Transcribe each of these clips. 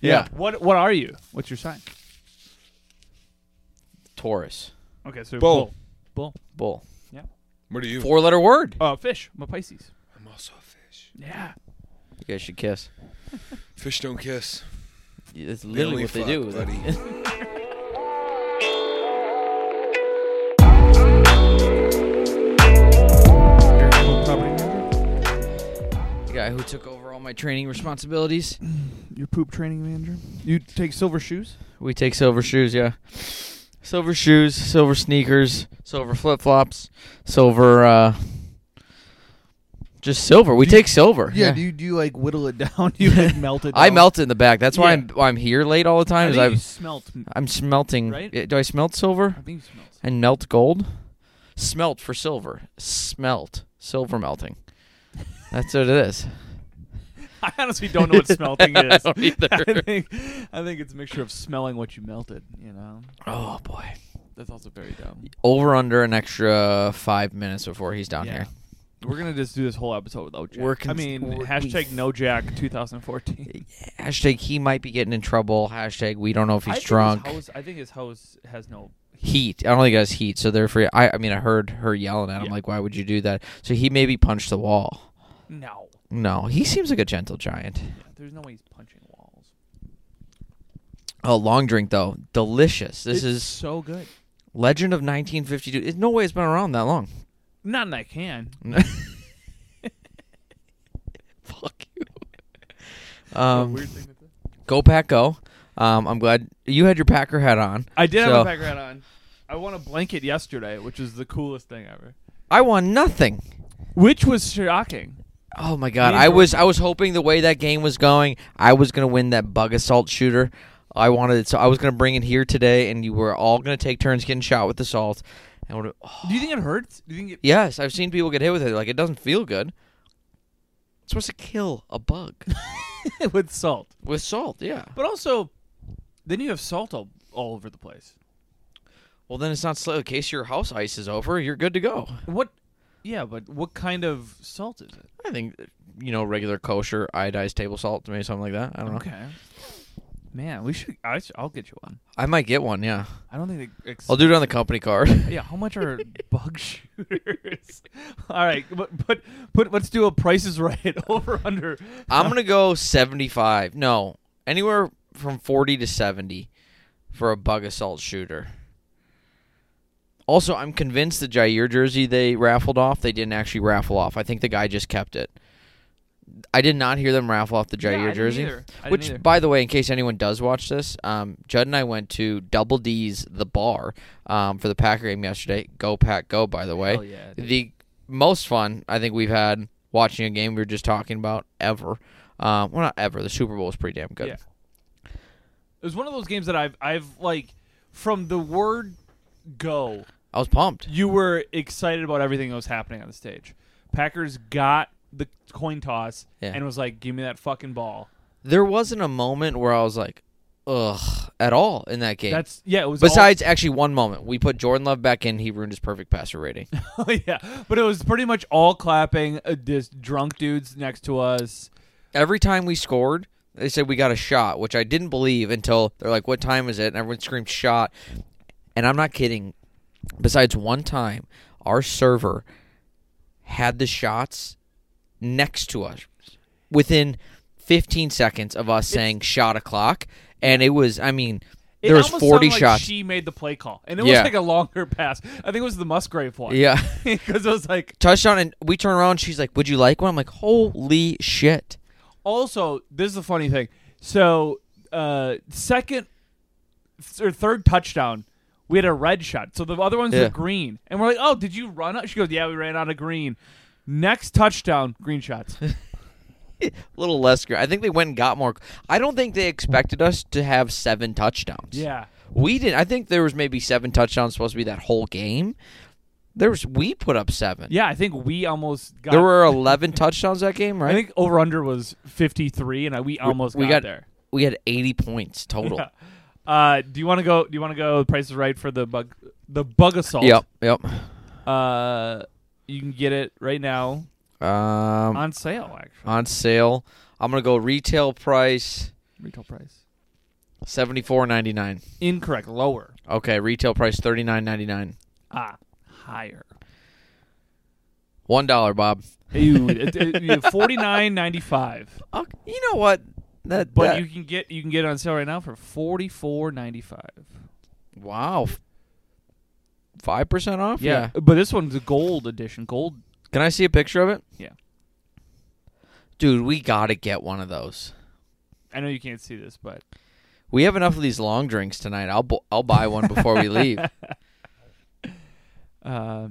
Yeah. What What are you? What's your sign? Taurus. Okay, so Bull. bull. Bull. Bull. What are you? Four letter word. Uh, fish. I'm a Pisces. I'm also a fish. Yeah. You guys should kiss. Fish don't kiss. That's literally only what they fuck, do. buddy. Your property manager? the guy who took over all my training responsibilities. Your poop training manager? You take silver shoes? We take silver shoes, yeah. Silver shoes, silver sneakers, silver flip flops, silver. uh Just silver. We Do you- take silver. Yeah. Do you do you like whittle it down? You like melt it. I down? melt it in the back. That's why Yeah. I'm why I'm here late all the I think time. Is you I've, smelt. I'm smelting. Right? Yeah, Do I smelt silver I think you smelt. and melt gold? Smelt for silver. Smelt silver melting. That's what it is. I honestly don't know what smelting is. I don't either. I think I think it's a mixture of smelling what you melted. You know, Oh boy. that's also very dumb. Over under an extra five minutes before he's down Yeah. here. We're gonna just do this whole episode without Jack. We're I cons- mean, we're- hashtag we- no Jack 2014. Hashtag he might be getting in trouble. Hashtag we don't know if I he's think his drunk. house- I think his house has no. heat. I don't think it has heat, so therefore, I, I mean, I heard her yelling at him, Yeah. like, why would you do that? So he maybe punched the wall. No, No, he seems like a gentle giant. there's no way he's punching walls. Oh, long drink, though. Delicious. This It's is so good. Legend of 1952. It's, no way it's been around that long. Not in that can. Fuck you. Um, weird thing to do. go, Pack, go. Um, I'm glad you had your Packer hat on. I did so- have a pack rat on. I won a blanket yesterday, which is the coolest thing ever. I won nothing. Which was shocking. Oh my god! Me and I was I was hoping the way that game was going, I was gonna win that bug assault shooter. I wanted it, so I was gonna bring it here today, and you were all gonna take turns getting shot with the salt. And I would've- oh. Do you think it hurts? Do you think it? yes, I've seen people get hit with it. Like it doesn't feel good. It's supposed to kill a bug with salt. with salt. Yeah. But also, then you have salt all, all over the place. Well, then it's not slow. In case your house ice is over, you're good to go. What? Yeah, but what kind of salt is it? I think you know regular kosher iodized table salt, maybe something like that. I don't know. Okay. Man, we should. I should, I'll get you one. I might get one. Yeah, I don't think they. Ex- I'll do it on the company card. yeah, how much are bug shooters? all right, but but but let's do a prices right over under. I'm gonna go 75. No, anywhere from 40 to 70 for a bug assault shooter. Also, I'm convinced the Jair jersey they raffled off, they didn't actually raffle off. I think the guy just kept it. I did not hear them raffle off the Yeah, I Jair didn't jersey. either. I didn't Which, either. by the way, in case anyone does watch this, um, Judd and I went to Double D's The Bar um, for the Packer game yesterday. Go Pack Go, by the way Hell yeah, dude. the most fun I think we've had watching a game we were just talking about ever. Um, well, not ever. The Super Bowl was pretty damn good. Yeah. It was one of those games that I've I've like from the word go I was pumped. you were excited about everything that was happening on the stage. Packers got the coin toss Yeah. and was like, "Give me that fucking ball." There wasn't a moment where I was like, ugh, at all in that game. That's yeah. It was all- Besides, actually, one moment. We put Jordan Love back in. He ruined his perfect passer rating. yeah, but it was pretty much all clapping. Uh, this drunk dudes next to us. Every time we scored, they said we got a shot, which I didn't believe until they're like, what time is it? And everyone screamed shot. And I'm not kidding. Besides one time, our server had the shots next to us within 15 seconds of us saying shot o'clock. And it was, I mean, It there was almost 40 sounded like shots. She made the play call, and it Yeah. was like a longer pass. I think it was the Musgrave one. yeah. because it was like Touchdown. And we turn around. She's like, would you like one? I'm like, holy shit. Also, this is the funny thing. So, uh, second th- or third touchdown, we had a red shot. So the other ones Yeah. were green, and we're like, "Oh, did you run out?" She goes, "Yeah, we ran out of green." Next touchdown, green shots. a little less great. I think they went and got more. I don't think they expected us to have seven touchdowns. yeah, we didn't. I think there was maybe seven touchdowns supposed to be that whole game. There was we put up seven. yeah. I think we almost got. there were eleven touchdowns that game, right? I think over under was fifty three, and I, we almost we got, got- there. we had eighty points total. Yeah. Uh, do you want to go? Do you want to go? Price is right for the bug. The bug assault. Yep, yep. Uh, you can get it right now Um, on sale. Actually. on sale. I'm gonna go retail price. retail price. Seventy four ninety nine. Incorrect. Lower. Okay, retail price thirty nine ninety nine. Ah, higher. One dollar, Bob. Ew, forty nine ninety five. Oh, you know what? That, Uh, But that- you can get you can get it on sale right now for forty four ninety five. wow, five percent off. but this one's a gold edition. Gold. Can I see a picture of it? Yeah. Dude, we gotta get one of those. I know you can't see this, but We have enough of these long drinks tonight. I'll bu- I'll buy one before we leave. uh,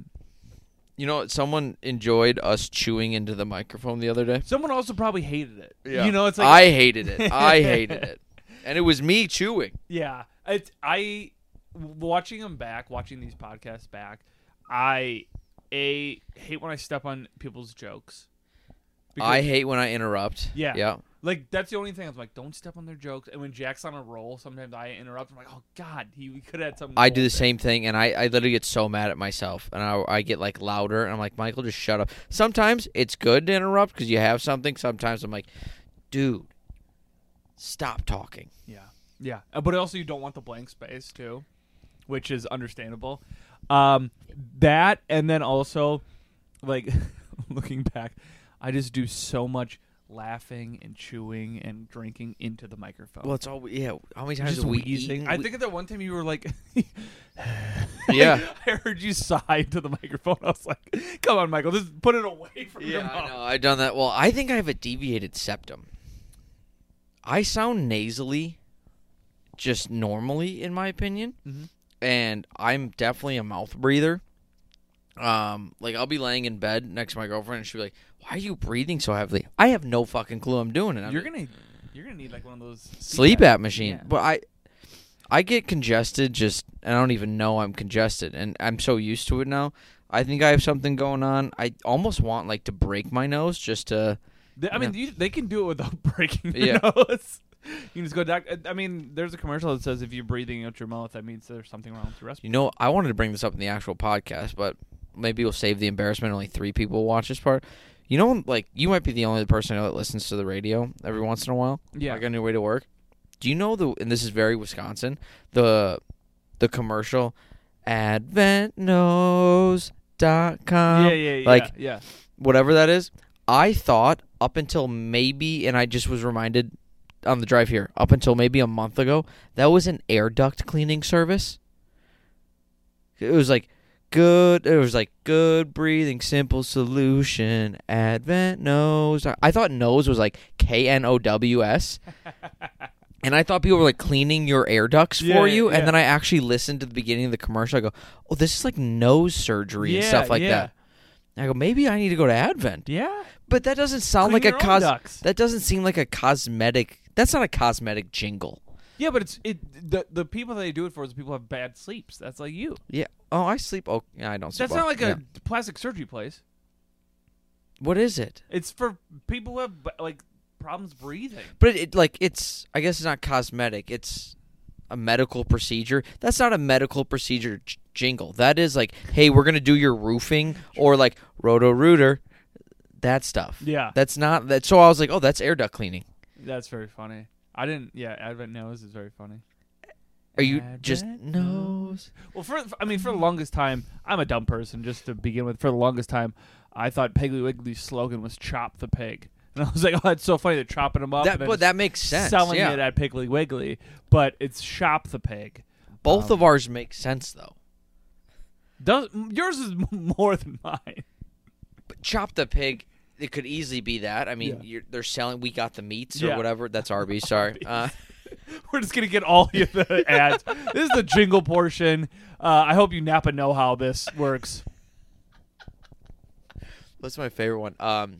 You know, what? someone enjoyed us chewing into the microphone the other day. someone also probably hated it. You know, it's like I hated it. I hated it, and it was me chewing. Yeah, it's I watching them back, watching these podcasts back. I a hate when I step on people's jokes. I hate when I interrupt. Yeah. yeah. like that's the only thing. I'm like, don't step on their jokes. And when Jack's on a roll, sometimes I interrupt. I'm like, oh god, he could have had something. I do the cool same thing, and I, I literally get so mad at myself, and I, I get like louder, and I'm like, Michael, just shut up. Sometimes it's good to interrupt because you have something. Sometimes I'm like, dude, stop talking. there." Yeah, yeah. Uh, But also, you don't want the blank space too, which is understandable. Um, that and then also, like, looking back, I just do so much laughing and chewing and drinking into the microphone. Well, it's all yeah. How many times just have we wheezing. eaten? I we- think at that one time you were like, yeah. I heard you sigh to the microphone. I was like, "Come on, Michael, just put it away from your Yeah, I mouth." know. I've done that. Well, I think I have a deviated septum. I sound nasally, just normally, in my opinion, Mhm. and I'm definitely a mouth breather. Um, like I'll be laying in bed next to my girlfriend, and she'll be like, "Why are you breathing so heavily?" I have no fucking clue. I'm doing it. I'm You're just- gonna, you're gonna need like one of those sleep CPAP. at machine, Yeah. but I. I get congested just and I don't even know I'm congested and I'm so used to it now. I think I have something going on. I almost want like to break my nose just to They- I mean, you, they can do it without breaking your Yeah. nose. You can just go doc. uh, I mean, there's a commercial that says if you're breathing out your mouth, that means there's something wrong with your You respiratory. know, I wanted to bring this up in the actual podcast, but maybe we'll save the embarrassment. Only three people will watch this part. You know, like you might be the only person I know that listens to the radio every once in a while. Yeah. like on your way to work. Do you know the? And this is very Wisconsin. The the commercial, adventnose.com, yeah, yeah, yeah, like- yeah. whatever that is. I thought up until maybe, and I just was reminded on the drive here. Up until maybe a month ago, that was an air duct cleaning service. It was like good. It was like good breathing, simple solution. Advent nose. I- I thought nose was like K N O W S. And I thought people were like cleaning your air ducts Yeah, for yeah, you, yeah. and then I actually listened to the beginning of the commercial. I go, "Oh, this is like nose surgery and Yeah, stuff like yeah. that." And I go, "Maybe I need to go to Advent." Yeah, But that doesn't Clean sound like a your own cos. ducts. That doesn't seem like a cosmetic. That's not a cosmetic jingle. yeah, but it's it. The the people that they do it for is the people who have bad sleeps. That's like you. Yeah. Oh, I sleep. Oh, yeah, I don't sleep. That's not well. like Yeah. a plastic surgery place. What is it? It's for people who have b- like problems breathing. But it, it like it's. I guess it's not cosmetic. It's a medical procedure. That's not a medical procedure j- jingle. That is like, hey, we're gonna do your roofing or like roto rooter, that stuff. Yeah, That's not that. So I was like, oh, that's air duct cleaning. that's very funny. I didn't. Yeah, Advent Nose is very funny. Are you just Advent nose? Well, for I mean, for the longest time, I'm a dumb person. Just to begin with, for the longest time, I thought Piggly Wiggly's slogan was "Chop the Pig," and I was like, "Oh, that's so funny! They're chopping him up." That, and then but that makes sense. selling yeah. it at Piggly Wiggly, but it's "Shop the Pig." Both um, of ours make sense though. Does yours is more than mine? chop the pig. It could easily be that. I mean, Yeah. you're, they're selling. We got the meats or Yeah. whatever. That's Arby's. Sorry. Uh, We're just gonna get all you the ads. this is the jingle portion. Uh, I hope you Napa know how this works. what's my favorite one? Um,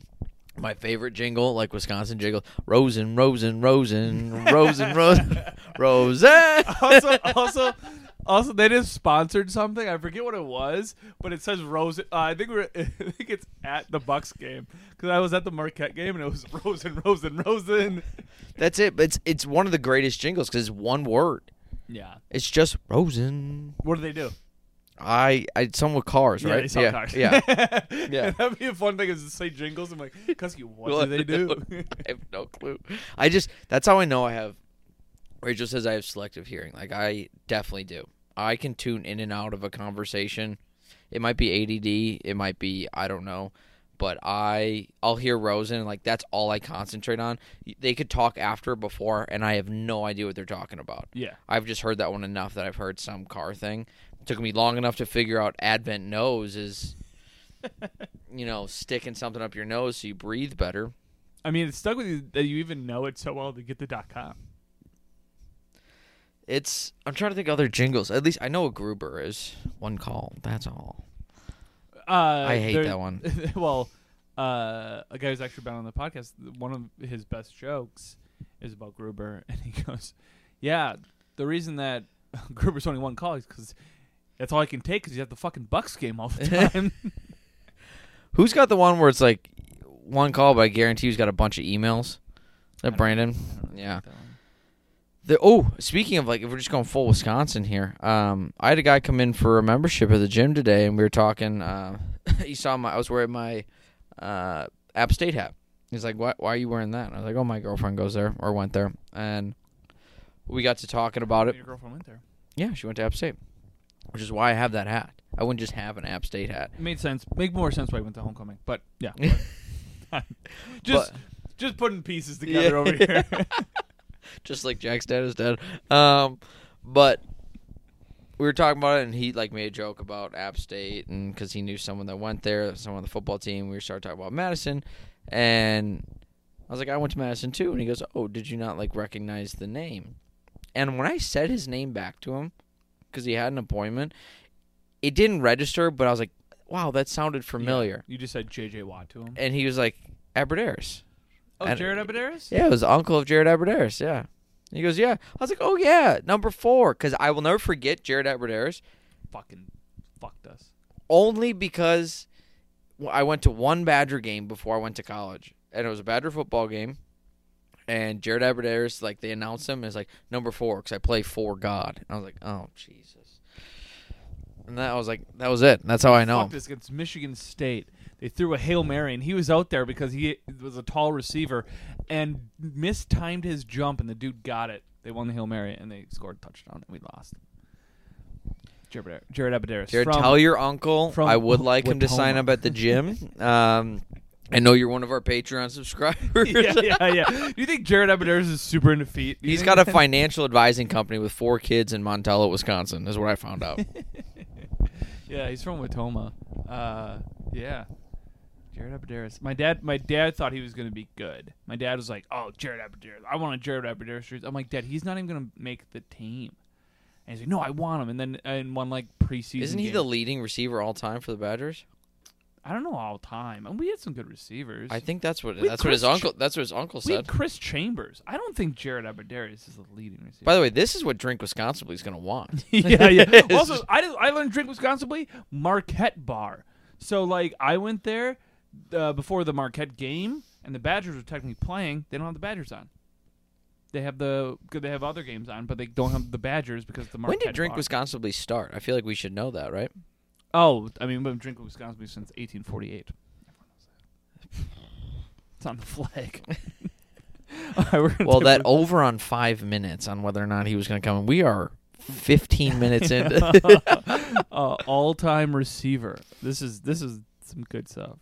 my favorite jingle, like Wisconsin jingle, Rosen, Rosen, Rosen, Rosen, Rosen, Rosen. also, also, also, they just sponsored something. I forget what it was, but it says Rose. Uh, I think we're. I think it's at the Bucks game because I was at the Marquette game and it was Rosen, Rosen, Rosen. That's it. But it's it's one of the greatest jingles because it's one word. Yeah. It's just Rosen. What do they do? I, I some with cars, Yeah, right? they sell yeah, cars. yeah. yeah. That'd be a fun thing is to say jingles. I'm like, Cusky, what do What they do- do? I have no clue. I just that's how I know I have. Rachel says I have selective hearing. Like I definitely do. I can tune in and out of a conversation. It might be ADD. It might be I don't know. But I I'll hear Rosen and like that's all I concentrate on. They could talk after before, and I have no idea what they're talking about. yeah. I've just heard that one enough that I've heard some car thing. took me long enough to figure out Advent nose is, you know, sticking something up your nose so you breathe better. I mean, it's stuck with you that you even know it so well to get the dot com. It's I'm trying to think of other jingles. At least I know what Gruber is. One call. That's all. Uh, I hate there- that one. well, uh, a guy who's actually been on the podcast, one of his best jokes is about Gruber, and he goes, "Yeah, the reason that Gruber's only one call is because that's all I can take because you have the fucking Bucks game all the time." Who's got the one where it's like one call, but I guarantee he's got a bunch of emails. Is I that don't- Brandon? I don't really Yeah. like that one. The, oh, speaking of like, if we're just going full Wisconsin here, um, I had a guy come in for a membership at the gym today, and we were talking. Uh, he saw my, I was wearing my uh, App State hat. He's like, "Why? Why are you wearing that?" And I was like, "Oh, my girlfriend goes there or went there," and we got to talking about it. Your girlfriend went there. Yeah, she went to App State, which is why I have that hat. I wouldn't just have an App State hat. Made sense. Make more sense why he went to homecoming, but yeah. just just putting pieces together Yeah. over here. just like Jack's dad is dead. Um, but we were talking about it, and he like made a joke about App State, and because he knew someone that went there, someone on the football team. We started talking about Madison, and I was like, I went to Madison too, and he goes, Oh, did you not like recognize the name? And when I said his name back to him, because he had an appointment, it didn't register, but I was like, Wow, that sounded familiar. you just said JJ Watt to him. And he was like, Aberderis. Oh, and- Jared Abadaris? Yeah, it was the uncle of Jared Aberderis. Yeah. And he goes, yeah. I was like, oh, yeah, number four. Because I will never forget Jared Aberderis Fucking fucked us. only because w- I went to one Badger game before I went to college. And it was a Badger football game. And Jared Aberderis, like, they announced him as, like, number four because I play for God. And I was like, oh, Jesus. And that I was like, that was it. That's how I know Fuck him. this against Michigan State. They threw a hail mary, and he was out there because he was a tall receiver and mistimed his jump, and the dude got it. They won the hail mary, and they scored a touchdown, and we lost. Jared, Abadar- Jared Abadaris. Jared, from- tell your uncle from I would like him to sign Watoma. up at the gym. Um, I know you're one of our Patreon subscribers. yeah, yeah, yeah. Do you think Jared Abadaris is super into feet? Do you He's think got a that- financial advising company with four kids in Montello, Wisconsin. Is what I found out. yeah, he's from Watoma. Uh, yeah. Jared Abadaris. My dad my dad thought he was gonna be good. My dad was like, Oh, Jared Abadaris. I want a Jared Abadaris jersey." I'm like, Dad, he's not even gonna make the team. And he's like, No, I want him and then in one like preseason. Isn't he game- the leading receiver all time for the Badgers? I don't know all time. And we had some good receivers. I think that's what We had that's what his Chris uncle that's what his uncle we had said. Chris Chambers. I don't think Jared Abadaris is the leading receiver. By the way, this is what Drink Wisconsin is going to want. yeah, yeah. Also, I, did- I learned drink responsibly. Marquette Bar. So like, I went there uh, before the Marquette game, and the Badgers were technically playing. They don't have the Badgers on. They have the they have other games on, but they don't have the Badgers because the when Marquette. did Drink Bar. Wisconsin start? I feel like we should know that, right? Oh, I mean, we've been drinking Wisconsin since 1848. It's on the flag. All right, we're gonna Well, take that a- over on five minutes on whether or not he was going to come. in. We are fifteen minutes in. uh, all-time receiver. This is this is some good stuff.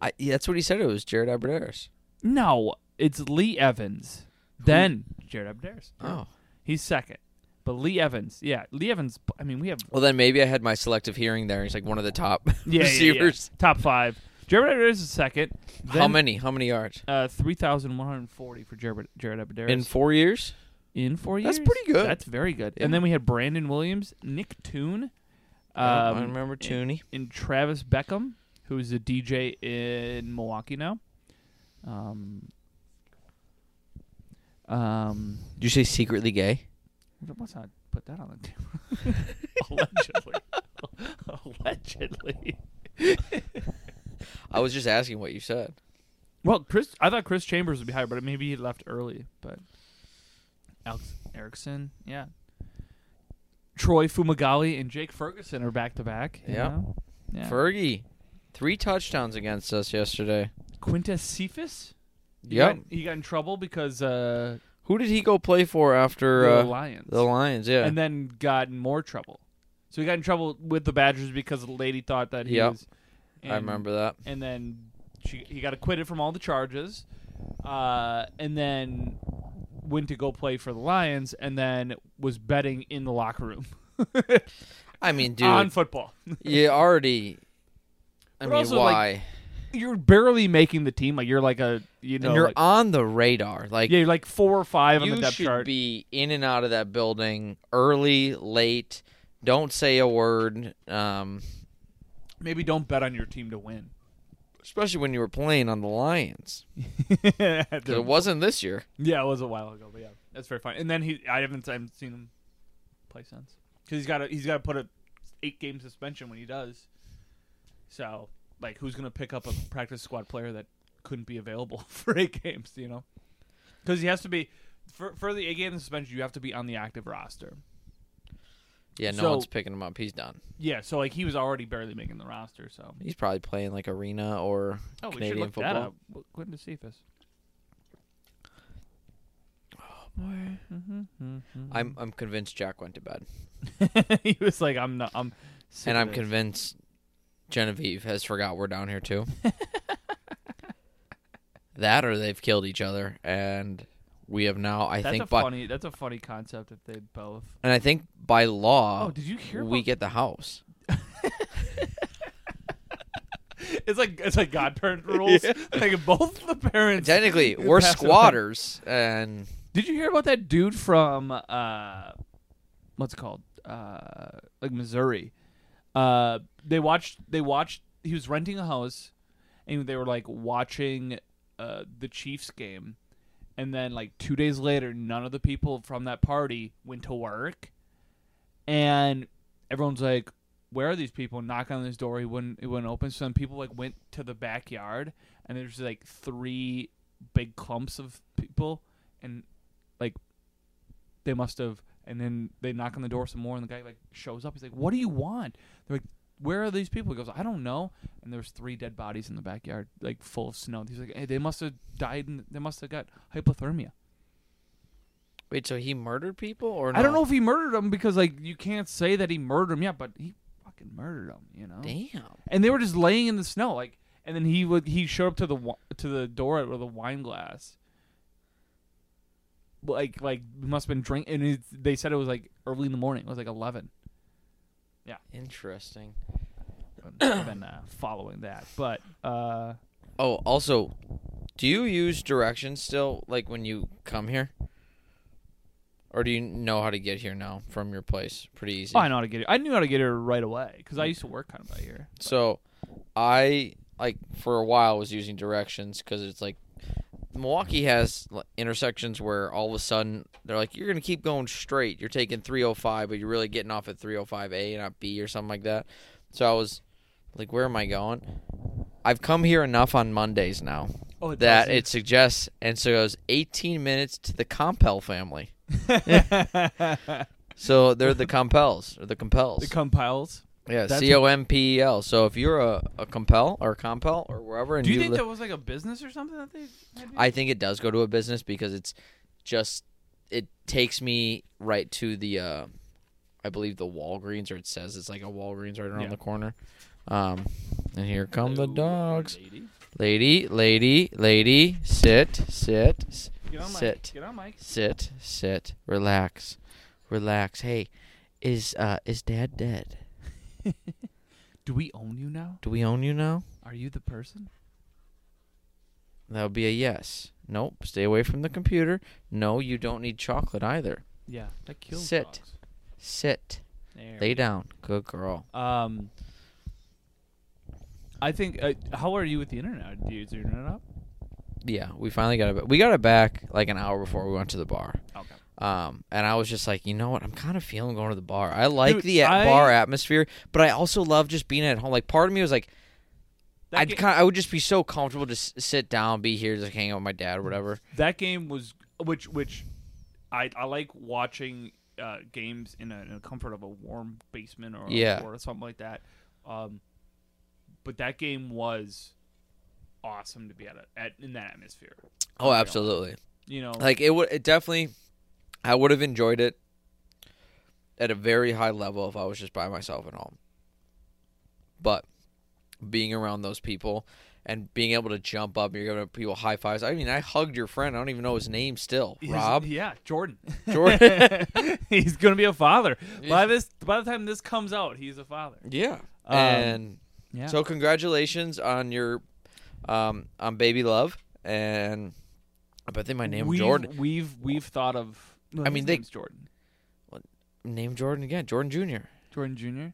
I, yeah, that's what he said. It was Jared Aberderis. No, it's Lee Evans. Then Jared Abadaris. Oh, He's second. But Lee Evans, yeah, Lee Evans. I mean, we have well then maybe I had my selective hearing there. He's like one of the top yeah, yeah, yeah. receivers. top five. Jared Abadaris is second. Then, How many? How many yards Uh, three thousand one hundred forty for Jared Jared Abadaris in four years? in four years. That's pretty good. That's very good. Yeah. And then we had Brandon Williams, Nick Toon, I don't- I um, remember Tooney. and Travis Beckham, who is a DJ in Milwaukee now. Um. Um. Did you say secretly gay? We must not put that on the camera. Allegedly. Allegedly. I was just asking what you said. Well, Chris, I thought Chris Chambers would be higher, but maybe he left early. But Alex Erickson, yeah. Troy Fumagalli and Jake Ferguson are back to back. you Yeah. know? Yeah. Fergie, three touchdowns against us yesterday. Quintus Cephas. He Yep. got- he got in trouble because uh, Who did he go play for after the uh, Lions, the Lions? Yeah. and then got in more trouble. So he got in trouble with the Badgers because the lady thought that he Yep. was. I and- remember that. and then she, he got acquitted from all the charges, uh, and then went to go play for the Lions, and then was betting in the locker room I mean, dude, on football. you already. I But mean, also, like, why? You're barely making the team. Like you're like a you know and you're like, on the radar. Like, yeah you're like four or five on you the depth should chart. be in and out of that building early, late. Don't say a word, um, Maybe don't bet on your team to win. especially when you were playing on the Lions. 'Cause It wasn't this year. yeah, it was a while ago, but yeah, that's very fine. And then he, I haven't, I haven't seen him play since because he's got to, he's got to put a eight game suspension when he does. So, like, who's gonna pick up a practice squad player that couldn't be available for eight games? You know, because he has to be for for the eight game suspension, you have to be on the active roster. Yeah, no So- one's picking him up. He's done. Yeah, so like he was already barely making the roster. So, He's probably playing like arena or oh, we should Canadian look that football. up. Quentin DeCefas. Oh, Mm-hmm. I'm I'm convinced Jack went to bed, he was like, I'm not, I'm, sick and of I'm this. convinced Genevieve has forgot we're down here too. that or they've killed each other, and we have now. I That's think a by funny. That's a funny concept if they both. and I think by law Oh, did you hear? Uh, we about- get the house. it's like it's like godparent rules. Like both the parents. Technically, we're pass it on. squatters, and Did you hear about that dude from uh, what's it called uh, like Missouri? Uh, they watched. They watched. He was renting a house, and they were like watching uh the Chiefs game, and then like two days later, none of the people from that party went to work, and everyone's like. Where are these people? Knock on this door. He wouldn't. It wouldn't open. So then people like went to the backyard, and there's like three big clumps of people, and like they must have and then they knock on the door some more and the guy like shows up he's like what do you want they're like where are these people he goes i don't know and there's three dead bodies in the backyard like full of snow he's like hey they must have died and they must have got hypothermia wait, so he murdered people, or no? i don't know if he murdered them because like you can't say that he murdered them yet but he fucking murdered them you know Damn, and they were just laying in the snow like and then he would he showed up to the wi- to the door with a wine glass like like must have been drink and it, they said it was like early in the morning it was like 11 interesting. I've been uh, following that but uh Oh, also, do you use directions still, like when you come here, or do you know how to get here now from your place? Pretty easy. oh, i know how to get it i knew how to get here right away because i used to work kind of by here So, I like for a while was using directions because it's like Milwaukee has like, intersections where all of a sudden they're like, you're gonna keep going straight. You're taking 305, but you're really getting off at 305A, not B or something like that. So I was like, where am I going? I've come here enough on Mondays now. oh that it suggests, and so it goes 18 minutes to the Compel family. So they're the Compels or the Compels. it compiles yeah, that's C O M P E L. So if you're a, a Compel or a Compel or wherever, and do you think li- that was like a business or something that they had I think it does go to a business because it's just it takes me right to the, uh, I believe the Walgreens or it says it's like a Walgreens right around Yeah. the corner. Um, and here come the Hello, dogs, lady. lady, lady, lady, sit, sit, s- get on mic sit. get on mic sit, sit, relax, relax. Hey, is uh is Dad dead? do we own you now Do we own you now? are you the person That would be a yes. Nope. Stay away from the computer. No, you don't need chocolate either. Yeah, that kills Sit. dogs. Sit, There. lay down. Good girl. um, I think. Uh, how are you with the internet? Do you is your internet up? Yeah, we finally got it. ba- We got it back like an hour before we went to the bar. Okay. Um, and I was just like, you know what? I'm kind of feeling going to the bar. I like Dude, the at- I- bar atmosphere, but I also love just being at home. Like, part of me was like, That, I'd ga- kind of, I would just be so comfortable to s- sit down, be here, just hang out with my dad or whatever. that game was which which I I like watching uh, games in, a, in the comfort of a warm basement or Yeah. or something like that. Um, but that game was awesome to be at, a, at in that atmosphere. Oh, absolutely. You know, Like it would it definitely I would have enjoyed it at a very high level if I was just by myself at home. But being around those people and being able to jump up, you're giving people high fives. I mean, I hugged your friend. I don't even know his name still. He's- Rob. yeah, Jordan. Jordan. he's gonna be a father by this. By the time this comes out, he's a father. yeah. Um, and Yeah. so congratulations on your um on baby love and I bet they might name him we've, Jordan. We've we've thought of. no, I mean, his they- name's Jordan. Name Jordan again. Jordan Jr. Jordan Jr.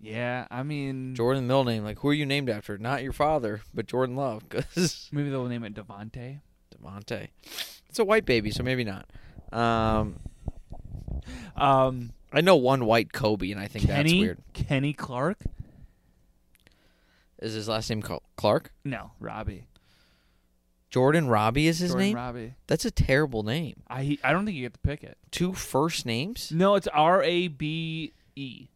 Yeah, I mean, Jordan middle name. Like who are you named after? Not your father, but Jordan Love, because maybe they'll name it Devonte. Devontae. It's a white baby, so maybe not. Um, Um, I know one white Kobe, and I think that's Kenny weird. Kenny Clark. Is his last name Col- Clark? No, Robbie. Jordan Robbie is his Jordan name. Robbie. that's a terrible name. I I don't think you get to pick it. Two first names. No, it's R A B E.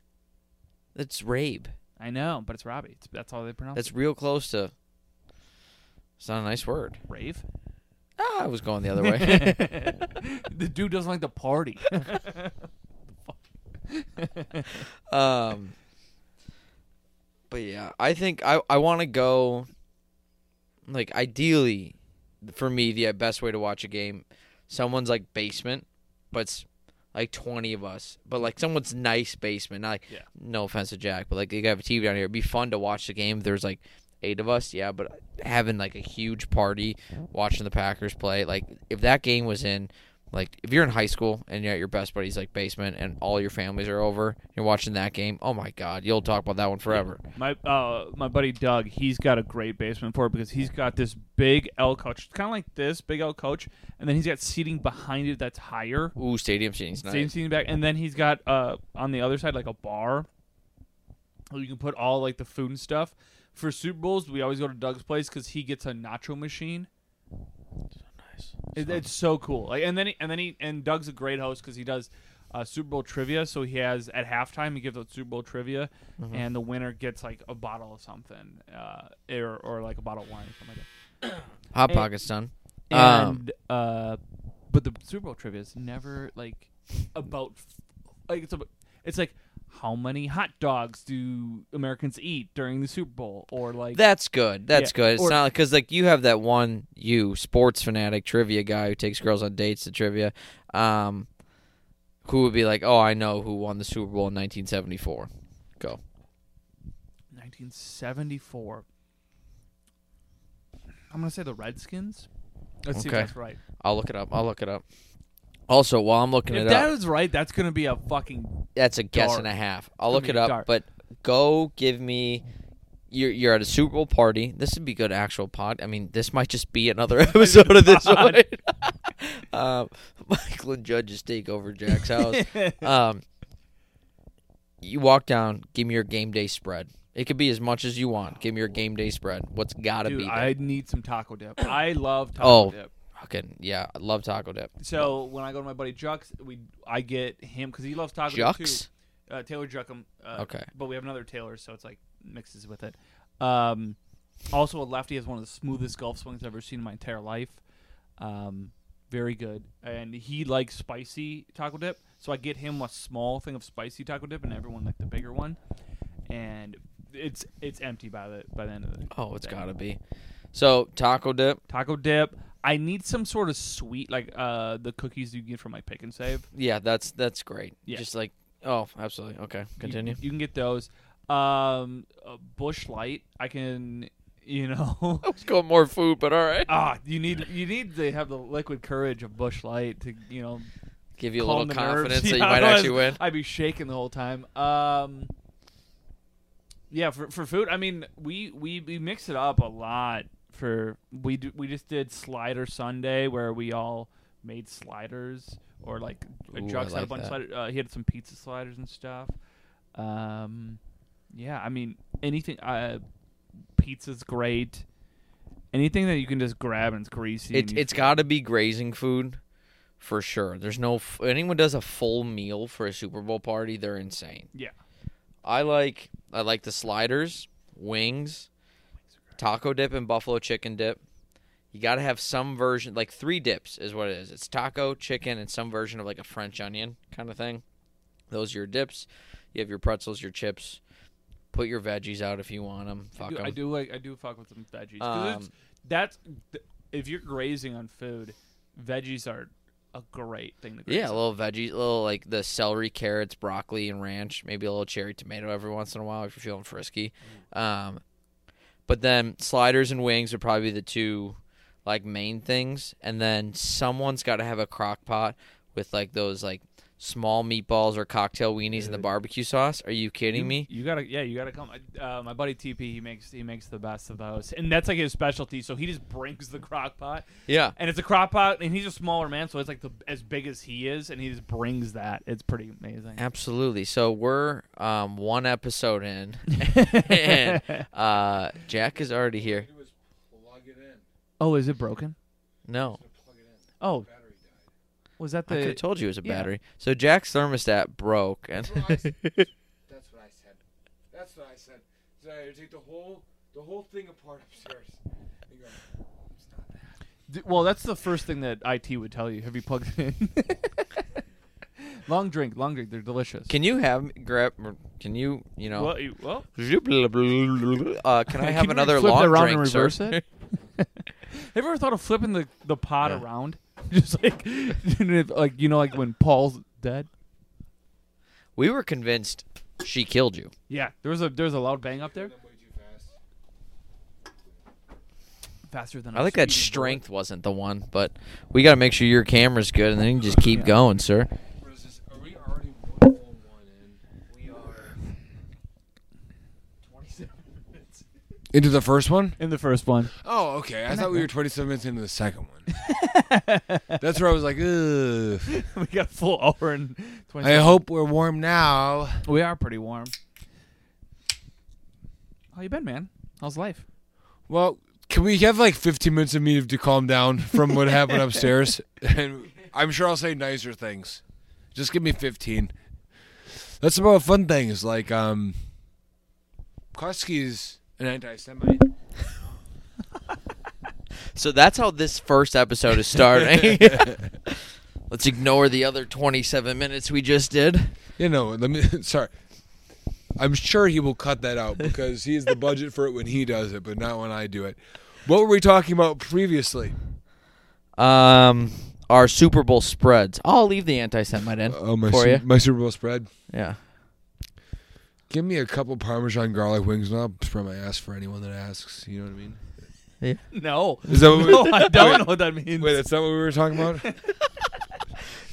That's Rabe. I know, but it's Robbie. It's, that's all they pronounce. That's real close to. It's not a nice word. it. rave. Ah, I was going the other way. the dude doesn't like the party. um, but yeah, I think I I want to go. Like ideally, for me, the best way to watch a game, someone's like basement, but it's like twenty of us, but like someone's nice basement. Not like, Yeah. no offense to Jack, but like you have a TV down here. It'd be fun to watch the game. If there's like eight of us, yeah, but having like a huge party watching the Packers play. Like if that game was in like if you're in high school and you're at your best buddy's like basement and all your families are over, you're watching that game. Oh my god, you'll talk about that one forever. my uh my buddy Doug, he's got a great basement for it because he's got this big L coach. It's kind of like this big L coach, and then he's got seating behind it that's higher. Ooh, stadium seating's nice. Same seating back, and then he's got uh on the other side like a bar where you can put all like the food and stuff. For Super Bowls, we always go to Doug's place because he gets a nacho machine. It, it's so cool. Like, and then he, and then he and Doug's a great host because he does uh, Super Bowl trivia. So he has at halftime he gives out Super Bowl trivia, and the winner gets like a bottle of something, uh, or or like a bottle of wine or something like Hot pockets done. that. Um, And uh, but the Super Bowl trivia is never like about like it's about, it's like how many hot dogs do Americans eat during the Super Bowl or like that's good. That's Yeah, good. It's or- not because like you have that one you sports fanatic trivia guy who takes girls on dates to trivia, um, who would be like, oh, I know who won the Super Bowl in 1974. Go. 1974. I'm gonna say the Redskins. Let's see if Okay. that's right. I'll look it up. I'll look it up. Also, while I'm looking If it that up, is right, that's gonna be a fucking. that's a guess dark. and a half. I'll It's look gonna be it up, dark. but go give me. You're, you're at a Super Bowl party. This would be good actual pod. I mean, this might just be another episode of this one. um, Michael and Judge's takeover Jack's house. um, you walk down. Give me your game day spread. It could be as much as you want. Give me your game day spread. What's gotta Dude, be? There? I need some taco dip. I love taco Oh. dip. Fucking yeah, I love taco dip. So when I go to my buddy Jux, we I get him because he loves taco dip Jux. too. Uh, Taylor Juckum. Uh, Okay. But we have another Taylor, so it's like mixes with it. Um, also, a lefty has one of the smoothest golf swings I've ever seen in my entire life. Um, very good, and he likes spicy taco dip. So I get him a small thing of spicy taco dip, and everyone like the bigger one. And it's it's empty by the by the end of it. Oh, it's gotta be. So taco dip. Taco dip. I need some sort of sweet, like uh, the cookies you get from like Pick and Save. Yeah, that's that's great. Yeah. Just like oh, absolutely. Okay, You- continue. You, can get those. Um, uh, Bush Light. I can, you know. I was going more food, but all right. ah, you need you need to have the liquid courage of Bush Light to you know. Give you a calm little the nerves. confidence that you Yeah, might otherwise actually win. I'd be shaking the whole time. Um. Yeah, for for food, I mean, we we we mix it up a lot. For we do, we just did Slider Sunday where we all made sliders or like Ooh, I Jux had a like bunch of that. sliders. Uh, he had some pizza sliders and stuff. Um, yeah, I mean anything. Uh, pizza's great. Anything that you can just grab and it's greasy. It, and you it's feel- got to be grazing food for sure. There's no f- anyone does a full meal for a Super Bowl party, they're insane. Yeah. I like I like the sliders, wings, taco dip and buffalo chicken dip. You got to have some version like three dips is what it is. It's taco, chicken and some version of like a french onion kind of thing. Those are your dips. You have your pretzels, your chips. Put your veggies out if you want them. Fuck Dude, 'em. I do like I do fuck with some veggies. 'Cause it's- Um, that's th- if you're grazing on food, veggies are a great thing to graze. Yeah, a on. little veggies, a little like the celery, carrots, broccoli, and ranch. Maybe a little cherry tomato every once in a while if you're feeling frisky. Um, but then sliders and wings are probably the two like main things. And then someone's got to have a crock pot with like those like small meatballs or cocktail weenies in the Dude. barbecue sauce. Are you kidding You- me? You gotta, yeah, you gotta come. Uh, my buddy TP, he makes he makes the best of those, and that's like his specialty. So he just brings the crock pot, Yeah. and it's a crock pot, and he's a smaller man, so it's like the as big as he is, and he just brings that. It's pretty amazing. Absolutely. So we're um, one episode in, and uh, Jack is already here. Plug it in. oh, is it broken? No, Plug it in. Oh, Battery died. was that I could the? have told you it was a yeah. battery. So Jack's thermostat broke, and That's what I said. That's what I said. So I take the whole the whole thing apart upstairs. And go, it's not that. D- well, that's the first thing that IT would tell you. Have you plugged it in? long drink, long drink. They're delicious. can you have grab? Can you you know? well, you- well, Uh, can I have you another flip it long around drink, and sir? reverse it? Have you ever thought of flipping the, the pot Yeah. around? Just like, like you know, like when Paul's dead. We were convinced she killed you. Yeah, there was a there was a loud bang up Doing there, them way too fast. faster than I like think that strength wasn't the one, but we got to make sure your camera's good, and then you can just keep Yeah. going, sir. What is this? Are we already one full one in? We are twenty-seven minutes into the first one. in the first one. Oh, okay. I Isn't thought that we were good? twenty-seven minutes into the second one. That's where I was like, ugh. we got a full hour and twenty. I hope we're warm now. we are pretty warm. How you been, man? How's life? Well, can we have like 15 minutes of me to calm down from what happened upstairs? And I'm sure I'll say nicer things. Just give me 15. That's about fun things like um, Koski's an anti-Semite. So that's how this first episode is starting. Let's ignore the other 27 minutes we just did. You know, let me. Sorry. I'm sure he will cut that out because he has the budget for it when he does it, but not when I do it. What were we talking about previously? Um, our Super Bowl spreads. I'll leave the anti-Semite in Oh, my, for su- you. my Super Bowl spread. Yeah. Give me a couple Parmesan garlic wings and I'll spread my ass for anyone that asks. You know what I mean? No, Is that what we- no, I don't wait. know what that means. Wait, that's not what we were talking about?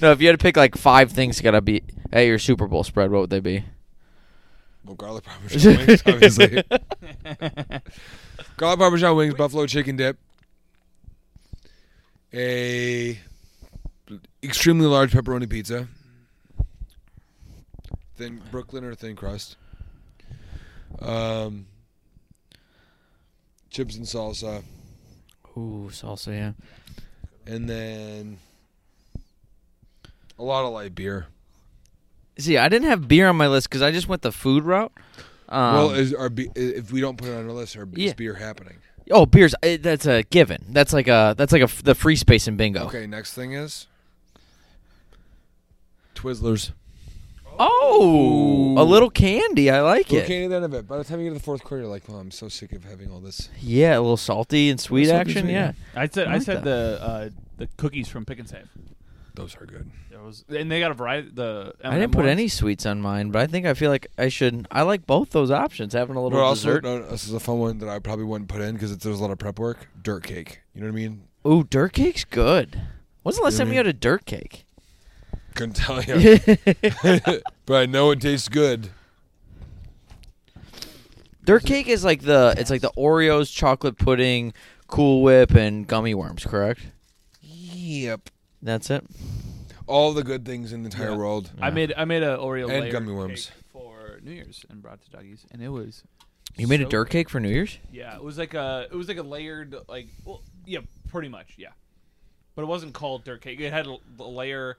No, if you had to pick like five things that gotta be at your Super Bowl spread, what would they be? well, garlic parmesan wings, obviously. garlic parmesan wings, buffalo chicken dip, a extremely large pepperoni pizza, thin Brooklyn or thin crust, um, chips and salsa, Ooh, salsa, yeah. and then a lot of light beer. See, I didn't have beer on my list because I just went the food route. Um, well, is our be- if we don't put it on our list, our Yeah. is beer happening? oh, beers. eh, That's a given. That's like a that's like a f- the free space in bingo. Okay, next thing is Twizzlers. Oh, a little candy. I like You it. can't eat none of it. By the time you get to the fourth quarter, you're like, "Well, I'm so sick of having all this." Yeah, a little salty and sweet Salty, action. sweet, yeah. I said I I, like said that. the uh, the cookies from Pick and Save. Those are good. There was, and they got a variety. The I didn't put any sweets on mine, but I think I feel like I should. I like both those options. Having a little Well, also, dessert. no, this is a fun one that I probably wouldn't put in because there's a lot of prep work. Dirt cake. You know what I mean? Ooh, dirt cake's good. When's the last Yeah, time man. you had a dirt cake? Couldn't tell you, but I know it tastes good. Dirt cake is like the it's like the Oreos, chocolate pudding, Cool Whip, and gummy worms. Correct. Yep. That's it. All the good things in the entire Yeah. world. I Yeah. made I made a Oreo And layered gummy worms. cake for New Year's and brought it to doggies, and it was You made a so dirt cake for New Year's? good. Yeah, it was like a it was like a layered like well yeah pretty much yeah. but it wasn't called dirt cake. It had a, a layer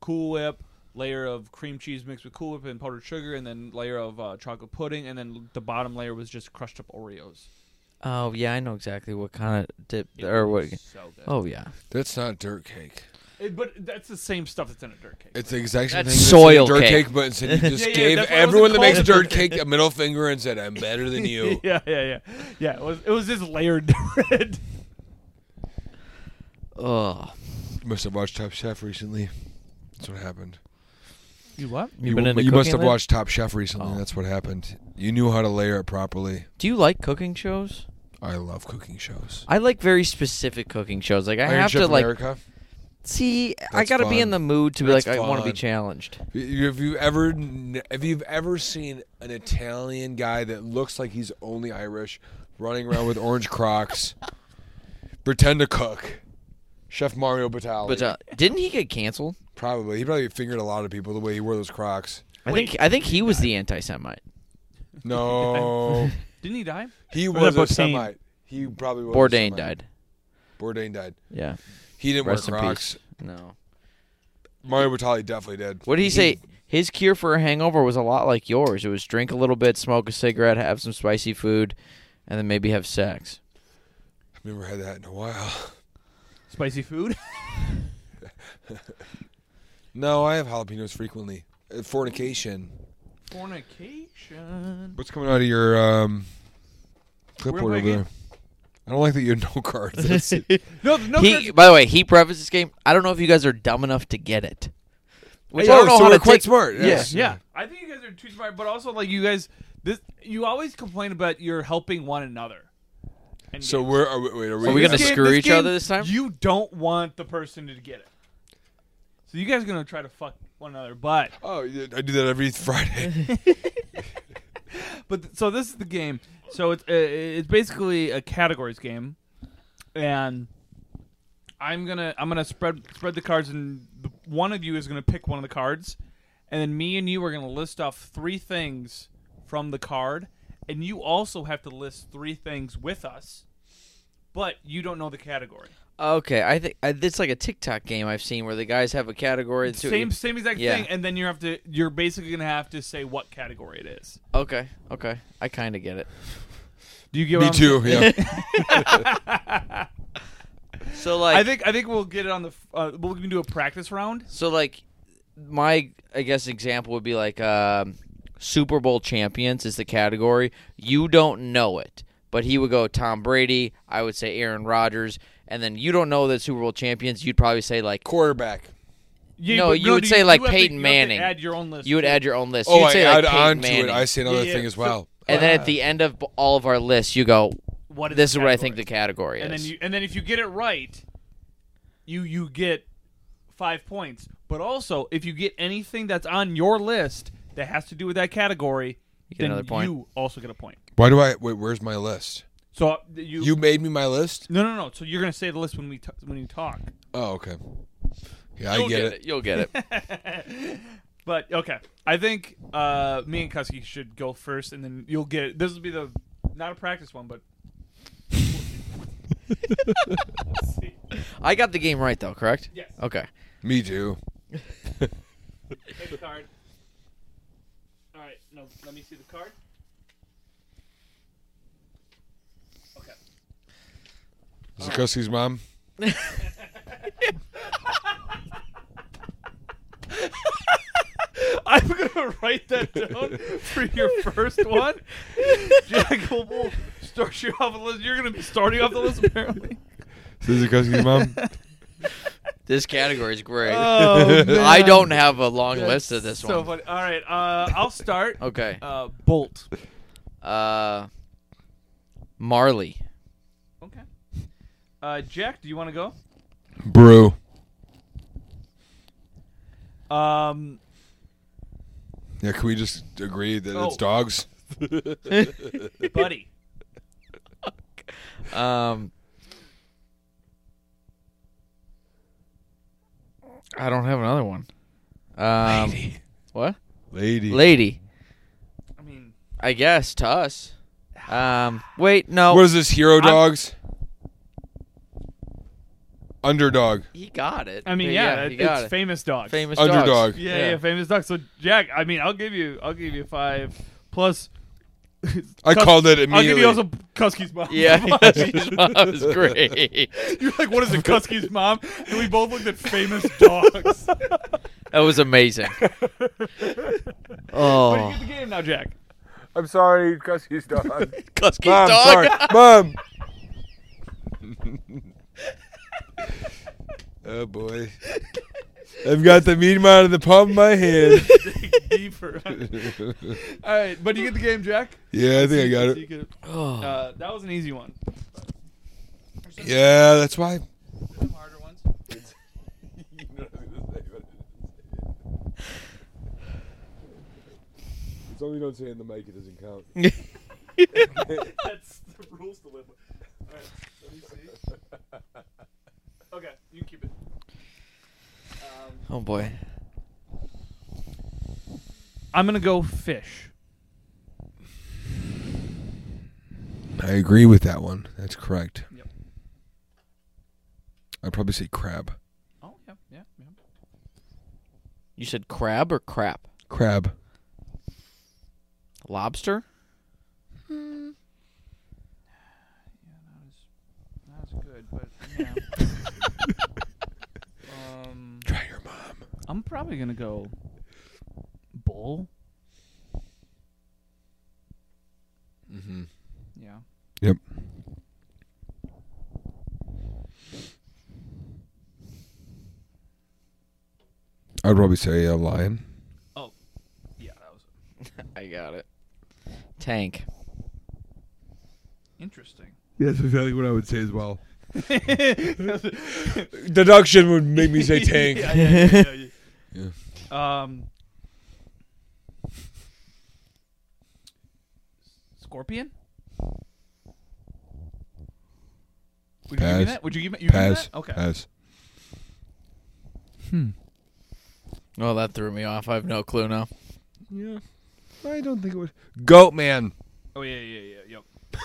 Cool Whip, layer of cream cheese mixed with Cool Whip and powdered sugar, and then layer of uh, chocolate pudding, and then the bottom layer was just crushed up Oreos. Oh yeah, I know exactly what kind of dip It or what. was So good. Oh yeah, That's not dirt cake. It- but that's the same stuff that's in a dirt cake. It's the exact same That's thing. that's soil in dirt cake. cake, but instead you just Yeah, yeah, gave that's why it wasn't everyone that called makes dirt dirt cake a middle finger and said, "I'm better than you." yeah, yeah, yeah, yeah. It was it was just layered red. oh, must have watched Top Chef recently. That's what happened. You what? you, been into you must cooking have lately? watched Top Chef recently. Oh. That's what happened. You knew how to layer it properly. Do you like cooking shows? I love cooking shows. I like very specific cooking shows. Like I Iron have Chef to like America. see. I That's gotta be fun. in the mood to be That's like I want to be fun. challenged. You- Have you ever have you ever seen an Italian guy that looks like he's only Irish, running around with orange Crocs, pretend to cook? Chef Mario Batali. But uh, didn't he get canceled? probably he probably fingered a lot of people the way he wore those Crocs. I think I think he was the anti-Semite. No, Didn't he die? he Or was that was a Bourdain? Semite. He probably was a Bourdain Semite. died. Bourdain died. Yeah. He didn't Rest in wear Crocs. peace. No. Mario Batali definitely did. What did he say? His cure for a hangover was a lot like yours. It was drink a little bit, smoke a cigarette, have some spicy food, and then maybe have sex. I've never had that in a while. Spicy food. No, I have jalapenos frequently. Uh, Fornication. Fornication. What's coming out of your um, clipboard Where am over I there? I don't like that you had no cards. That's- No, no. he, by the way, he prefaced this game. I don't know if you guys are dumb enough to get it. Which I Whoa, don't know Oh, so how we're to quite take- smart. Yeah, Yes. yeah, I think you guys are too smart, but also like you guys, this you always complain about you're helping one another. And So we're are we, wait, are we, Are we gonna uh, screw each other this time? You don't want the person to get it, so you guys are gonna try to fuck one another. But Oh, yeah, I do that every Friday. but th- so this is the game. So it's uh, it's basically a categories game, and I'm gonna I'm gonna spread spread the cards, and the, one of you is gonna pick one of the cards, and then me and you are gonna list off three things from the card, and you also have to list three things with us, but you don't know the category. Okay, I think I, it's like a TikTok game I've seen where the guys have a category. and e-, so- Same same exact yeah. thing, and then you have to you're basically gonna have to say what category it is. Okay, okay, I kind of get it. Do you get what Me I'm too. Yeah. So like, I think I think we'll get it on the. f- Uh, we're gonna do a practice round. so like, my I guess example would be like um, Super Bowl champions is the category. You don't know it, but he would go Tom Brady. I would say Aaron Rodgers, and then you don't know that Super Bowl champions. You'd probably say like Quarterback. Yeah, No, but you would do say, do like, have to- Peyton you have to Manning. add your own list. you would too. add your own list. Oh, You'd I say like add Peyton on to Manning. it. I say another Yeah, yeah. thing as So- well. and then at the end of all of our lists, you go, What is "This is the what I think the category? category is." And then you and then if you get it right, you you get five points. But also, if you get anything that's on your list that has to do with that category, get then another point. you also get a point. Why do I wait? Where's my list? So uh, you, You made me my list. no no no. So you're gonna say the list when we t- when you talk. Oh, okay. Yeah, I You'll get, get it. it. You'll get it. But okay, I think uh, me and Cusky should go first, and then you'll get it. This will be the not a practice one, but I got the game right though, correct? Yes. Okay. Me too. Take the card. All right, no, let me see the card. Okay. Zakuski's mom. I'm gonna write that down for your first one. Jack will start you off the list. You're gonna be starting off the list apparently. Is it Zakuski's mom? This category is great. Oh, I don't have a long list of this so one. funny. All right, uh, I'll start. Okay. Uh, Bolt. Uh, Marley. Okay. Uh, Jack, do you want to go? Brew. Um, Yeah, can we just agree that Oh. it's dogs? Buddy. Um, I don't have another one. Um, what? Lady. Lady. I mean, I guess to us. Um, wait, no. What is this, Hero I'm- Dogs? Underdog. He got it. I mean, yeah, it- it's famous dogs. famous dogs. Underdog. Yeah, yeah, famous dogs. So Jack, I mean, I'll give you, I'll give you five plus. I Cus- called it I'll give immediately. you also Kuski's mom. Yeah, his mom is great. You're like, what is it, Kuski's mom? And we both looked at famous dogs. That was amazing. But you Oh, get the game now, Jack. I'm sorry, Cuskey's dog. Kuski's Mom, dog. sorry. Mom. oh boy. I've got the medium out of the palm of my hand. Dig deeper. All right, but you get the game, Jack. Yeah, I think I got You it. get it. Oh. Uh, that was an easy one. Yeah, that's why. Some harder ones. It's only don't say in the mic, it doesn't count. That's the rules to live with. All right, let me see. Okay, you can keep it. Um, oh boy. I'm gonna go fish. I agree with that one. That's correct. Yep. I'd probably say crab. Oh yeah, yeah, yeah. You said crab or crap? Crab. Lobster? Not as good, but yeah. um, Try your mom. I'm probably gonna go bull. Mm-hmm. Yeah. Yep. I'd probably say a lion. Oh, yeah, that was I got it. Tank. interesting. Yeah, that's exactly what I would say as well. Deduction would make me say tank. yeah, yeah, yeah, yeah, yeah. Um, scorpion. Would you give me Pass. that? Would you give me? You give me Pass. that? Okay. Pass. Oh, that threw me off. I have no clue now. Yeah. I don't think it would. Goat man. Oh yeah, yeah, yeah, yep.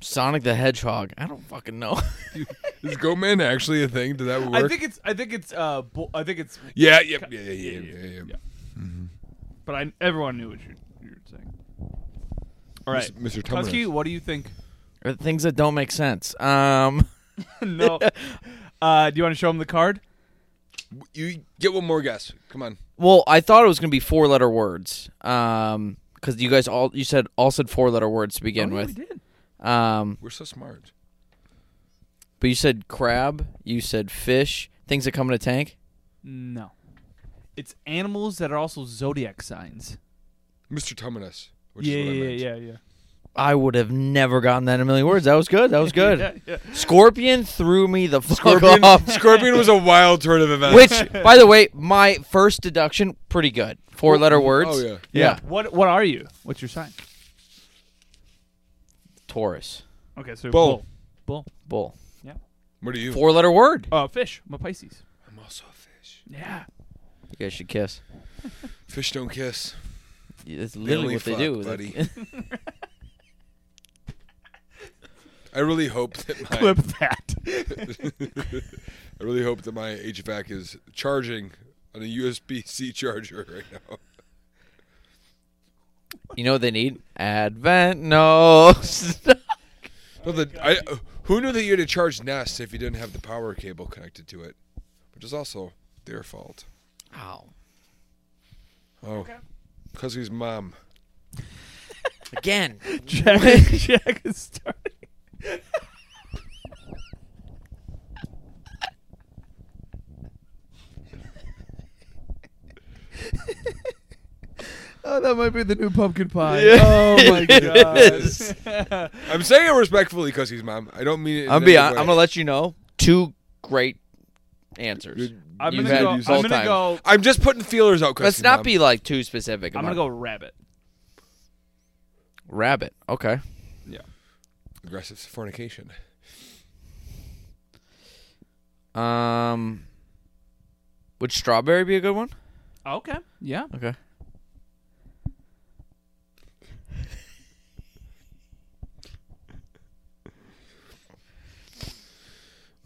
Sonic the Hedgehog. I don't fucking know. Is goat man actually a thing? Did that work? I think it's. I think it's. Uh, bull, I think it's. yeah, yep, yeah, yeah, Yeah, yeah, yeah, yeah, yeah. yeah. But I. Everyone knew what you you were saying. All right, Mr. Tusky, Tumnus. what do you think? Or Things that don't make sense. Um, no. Uh, do you want to show him the card? You get one more guess. Come on. well, I thought it was gonna be four letter words. Um, because you guys all you said all said four letter words to begin Oh, yeah, we with. did. Um, We're so smart. but you said crab. You said fish. Things that come in a tank. No. It's animals that are also zodiac signs. Mr. Tumnus. Which yeah, is what I meant. yeah, yeah, yeah. I would have never gotten that in a million words. That was good. That was good. Yeah, yeah. Scorpion threw me the fuck Scorpion, off. Oh, Scorpion was a wild turn of events. Which, by the way, my first deduction, pretty good. Four letter words. Oh yeah. Yeah. What What are you? What's your sign? Taurus. Okay, so Bull. bull, bull. Bull. What are you? Four letter word. Uh, fish. I'm a Pisces. I'm also a fish. Yeah. You guys should kiss. Fish don't kiss. That's literally only what they fuck, do. buddy. That's- I really hope that my Clip that. I really hope that my HVAC is charging on a USB C charger right now. you know what they need? Advent. No. No, the, I, who knew that you had to charge Nest if you didn't have the power cable connected to it, which is also their fault. Ow. Oh, because he's mom. Again. Jack, Jack is starting. Oh, that might be the new pumpkin pie. Oh my It is. god! I'm saying it respectfully because he's mom. I don't mean it. in I'm any be. I'm way. gonna let you know. Two great answers. Dude, I'm You've gonna had go. I'm these all gonna time. go. I'm just putting feelers out. 'cause Let's he's not mom. be like too specific. I'm about gonna go rabbit. it. rabbit. Okay. aggressive fornication. Um. Would strawberry be a good one? Okay. Yeah. Okay.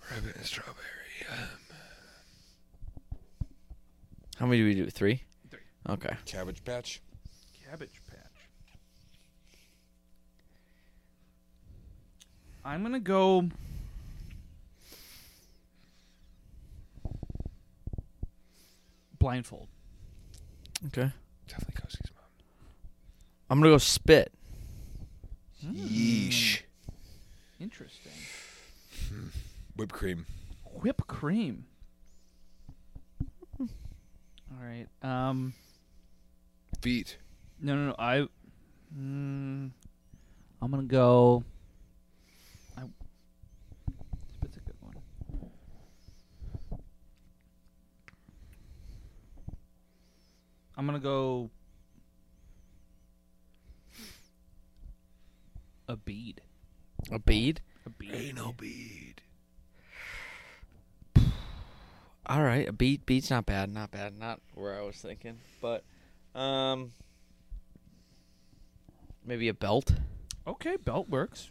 Strawberry, strawberry. How many do we do? Three. Three. Okay. Cabbage patch. Cabbage Patch. I'm gonna go. Blindfold. Okay. Definitely Koski's mom. I'm gonna go spit. Mm. Yeesh. Interesting. Whipped cream. Whipped cream. All right. Um. Feet. No, no, no. I. Mm, I'm gonna go. I. That's a good one. I'm gonna go. A bead. A bead. A bead. Anal bead. All right. A bead. Bead's not bad. Not bad. Not where I was thinking. But, um, maybe a belt. Okay, belt works.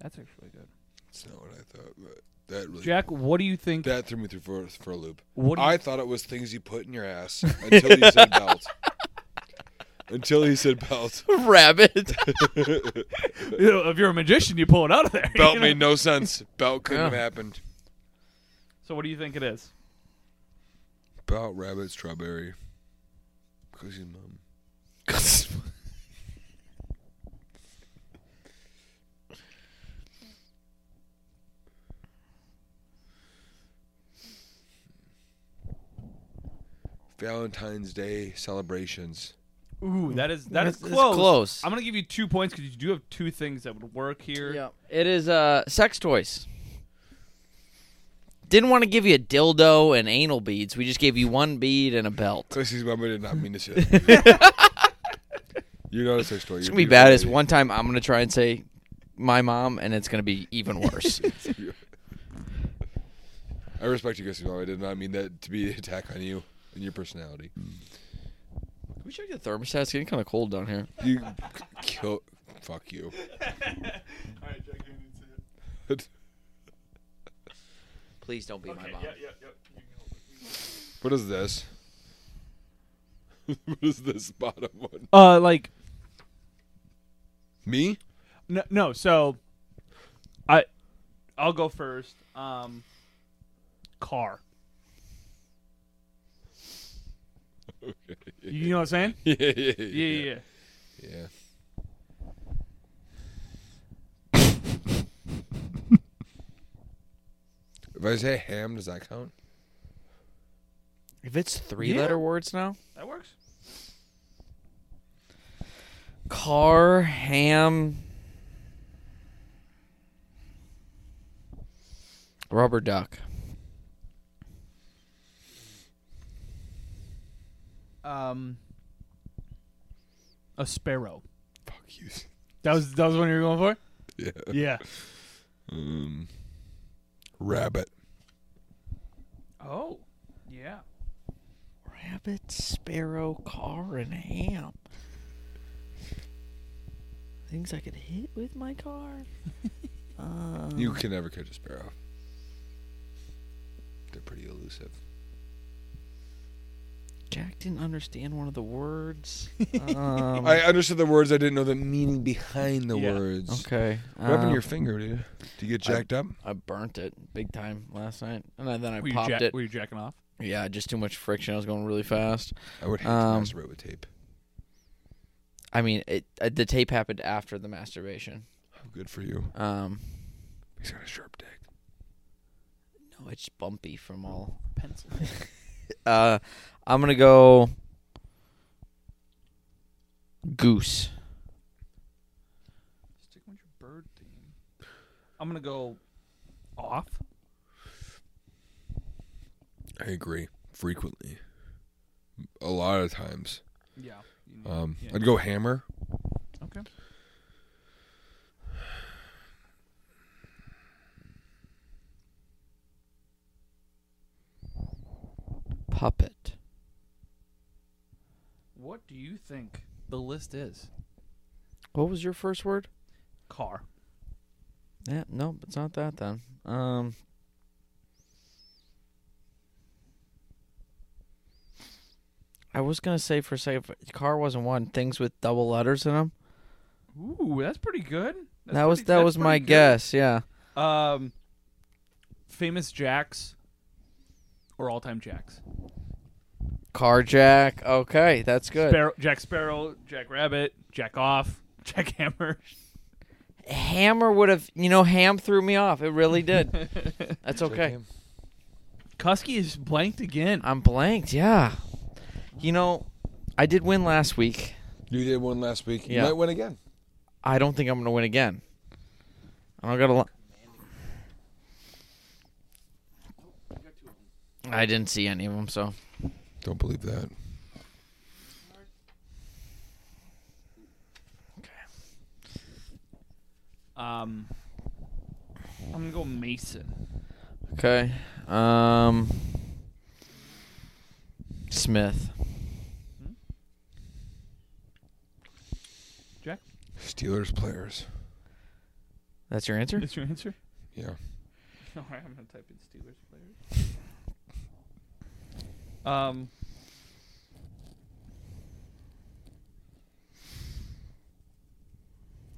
That's actually good. That's not what I thought, but that really Jack, what do you think? that threw me through for, for a loop. what do you, I thought it was things you put in your ass until he said belt. Until he said belt. Rabbit. you know, if you're a magician, you pull it out of there. you Belt know? made no sense. Belt couldn't have Yeah. happened. So what do you think it is? Belt, rabbit, strawberry. Koski's mom. Valentine's Day celebrations. Ooh, that is that is That's- that's close. close. I'm gonna give you two points because you do have two things that would work here. yeah. It is uh sex toys. Didn't want to give you a dildo and anal beads. We just gave you one bead and a belt. Chrissy's mama did not mean to say that. you know this story. It's gonna be bad. Is one time I'm gonna try and say my mom, and it's gonna be even worse. I respect you, Chrissy's mama. I did not mean that to be an attack on you and your personality. Can we check the thermostat? It's getting kind of cold down here. You kill. Fuck you. Please don't be my mom. What is this? what is this bottom one? Uh, like Me? no, no. So, I, I'll go first. Um, car. You know what I'm saying? yeah, yeah, Yeah, yeah. yeah. yeah. if I say ham, does that count? If it's three Yeah. letter words now, That works. car, ham, rubber duck. Um, a sparrow. Fuck you. That was that was one you were going for. Yeah. Yeah. Um, rabbit. Oh, yeah. Rabbit, sparrow, car, and ham. Things I could hit with my car. You can never catch a sparrow. They're pretty elusive. Jack didn't understand one of the words. Um, I understood the words. I didn't know the meaning behind the Yeah. words. okay. What happened um, to your finger, dude? Did you get jacked up? I burnt it big time last night, and then, then I Were you, popped jack- it. were you jacking off? Yeah, just too much friction. I was going really fast. I would hate um, to masturbate with tape. I mean, it, uh, the tape happened after the masturbation. How good for you. Um, He's got a sharp dick. no, Oh, it's bumpy from all. Pencil. Uh, I'm gonna go goose. Stick with your bird theme. I'm gonna go off. I agree. Frequently. A lot of times. Yeah. you Uh, need- Um, yeah. I'd go hammer. Okay. Puppet. What do you think the list is? What was your first word? Car. Yeah, no, it's not that then. Um, I was gonna say for a second, if car wasn't one. Things with double letters in them. Ooh, that's pretty good. That's that was pretty- that that's was pretty my good. guess. Yeah. Um, famous jacks or all-time jacks? Carjack. Okay, that's good. Sparrow, Jack Sparrow, Jack Rabbit, Jack Off, Jack Hammer. Hammer would have. You know, Ham threw me off. It really did. that's okay. Cusky is blanked again. I'm blanked. Yeah. You know, I did win last week. You did one last week. Yeah. You might win again. I don't think I'm gonna win again. I don't got a lot. I didn't see any of them, so Don't believe that. Um, I'm gonna go Mason. okay. Um, Smith. Jack, Steelers players. That's your answer. is your answer? Yeah. All right, I'm gonna type in Steelers players. Um,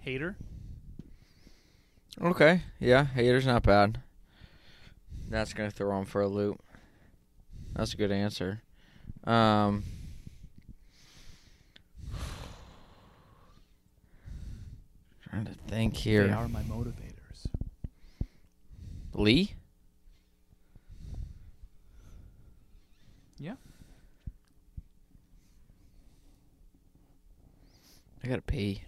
hater. Okay. Yeah, haters not bad. That's gonna throw him for a loop. That's a good answer. Um. Trying to think here. They are my motivators. Lee? Yeah. I gotta pee.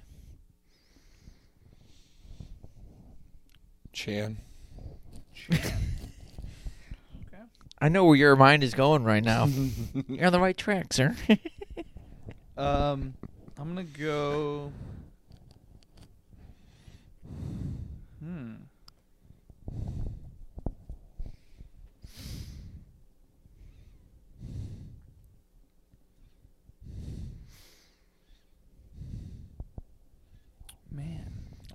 Chan. Okay. I know where your mind is going right now. You're on the right track, sir. Um, I'm gonna go. Hmm. Man.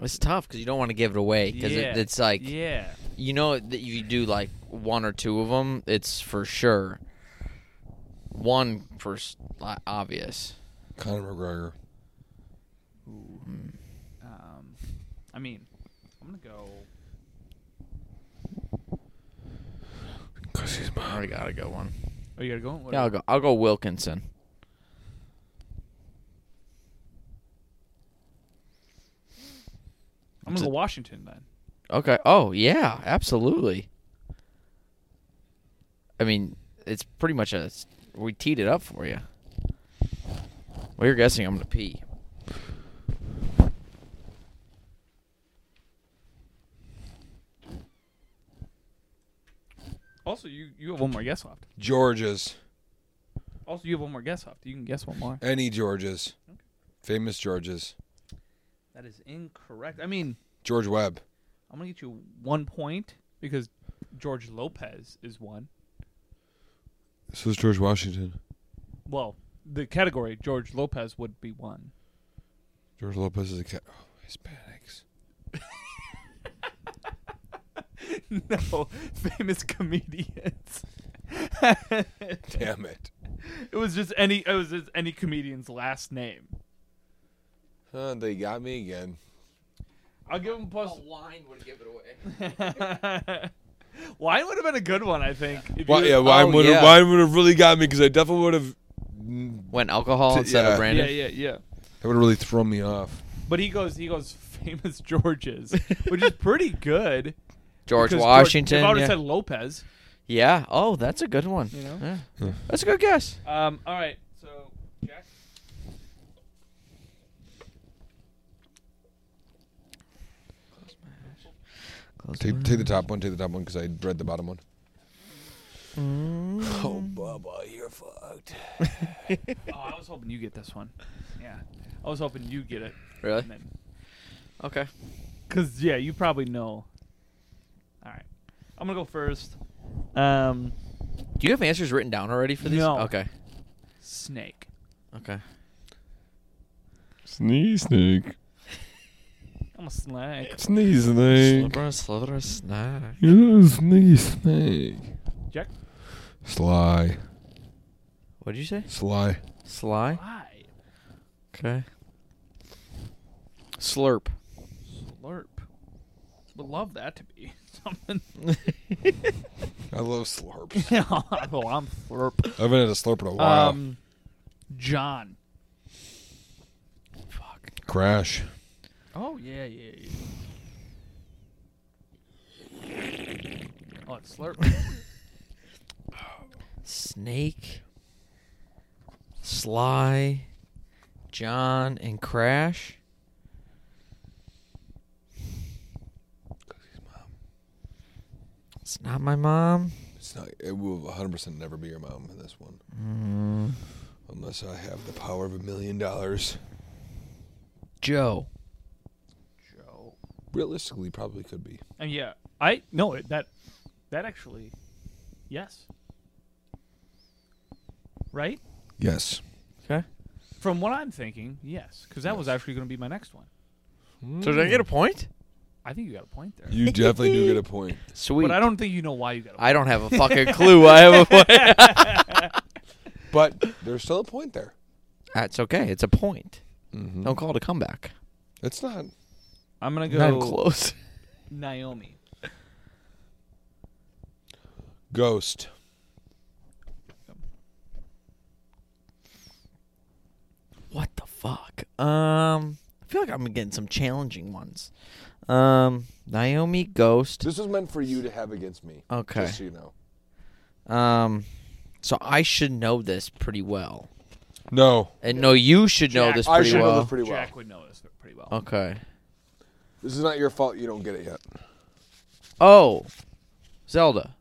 it's tough because you don't want to give it away because Yeah. it, it's like yeah. you know that if you do like one or two of them, it's for sure. One for s- li- obvious. Conor McGregor. Ooh. Um, I mean, I'm gonna go. Because he's I already got a good one. Oh, you gotta go. What Yeah, I'll go. I'll go Wilkinson. I'm gonna go Washington then. Okay. Oh yeah, absolutely. I mean, it's pretty much a. We teed it up for you. Well, you're guessing I'm gonna pee. Also, you you have one more guess left. Georges. Also, you have one more guess left. You can guess one more. Any Georges. Famous Georges. That is incorrect. I mean, George Webb. I'm gonna get you one point because George Lopez is one. This was George Washington. Well, the category George Lopez would be one. George Lopez is a cat. Oh, Hispanics. no, famous comedians. Damn it. It was just any. It was just any comedian's last name. Huh, they got me again. I'll give him plus. wine would give it away. Oh. Wine would have been a good one, I think. if Why, you- yeah, wine oh, would have yeah. wine would have really got me because I definitely would have Went alcohol T- instead yeah. of brandy. yeah, yeah, yeah. that would have really thrown me off. But he goes, he goes, famous Georges, which is pretty good. George because Washington. if I would yeah. have said Lopez. Yeah. Oh, that's a good one. You know? Yeah. Yeah. That's a good guess. Um, all right, so Jack. Take, take the top one, take the top one because I read the bottom one. Mm. Oh, Bubba, you're fucked. Oh, I was hoping you get this one. Yeah, I was hoping you get it. Really? And then, Okay. Cause yeah, you probably know. All right, I'm gonna go first. Um, Do you have answers written down already for these? No. Okay. snake. Okay. Sneeze, snake. I'm a snake. Sneeze, Slither, slither, snack. Sneeze, snake. Jack. Sly. What'd you say? Sly. Sly. Why? Okay. Slurp. Slurp. Would love that to be something. I love slurps. well, Oh, I'm slurp. I haven't had a slurp in a while. Um, John. Fuck. Crash. Oh yeah, yeah, yeah. Oh, it's slurp. Snake. Sly. John and Crash. It's not my mom. It's not. It will 100% never be your mom in this one, Mm, unless I have the power of a million dollars. Joe. Joe. Realistically, probably could be. And Uh, yeah, I no it that that actually, yes. Right Yes. Okay. from what I'm thinking, yes, because that was actually going to be my next one. So did I get a point? I think you got a point there, You definitely do get a point. Sweet. but I don't think you know why you got. a point. I don't have a fucking clue. I have a point. But there's still a point there. That's okay. It's a point. Mm-hmm. Don't call it a comeback. It's not. I'm gonna Not even go close. Naomi. Ghost. What the fuck? Um, I feel like I'm getting some challenging ones. Um, Naomi Ghost. This was meant for you to have against me. Okay. Just so you know. Um, so I should know this pretty well, No. and no, you should know Jack, this I pretty should know well. this pretty well. Jack would know this pretty well. Okay. This is not your fault. You don't get it yet. Oh, Zelda.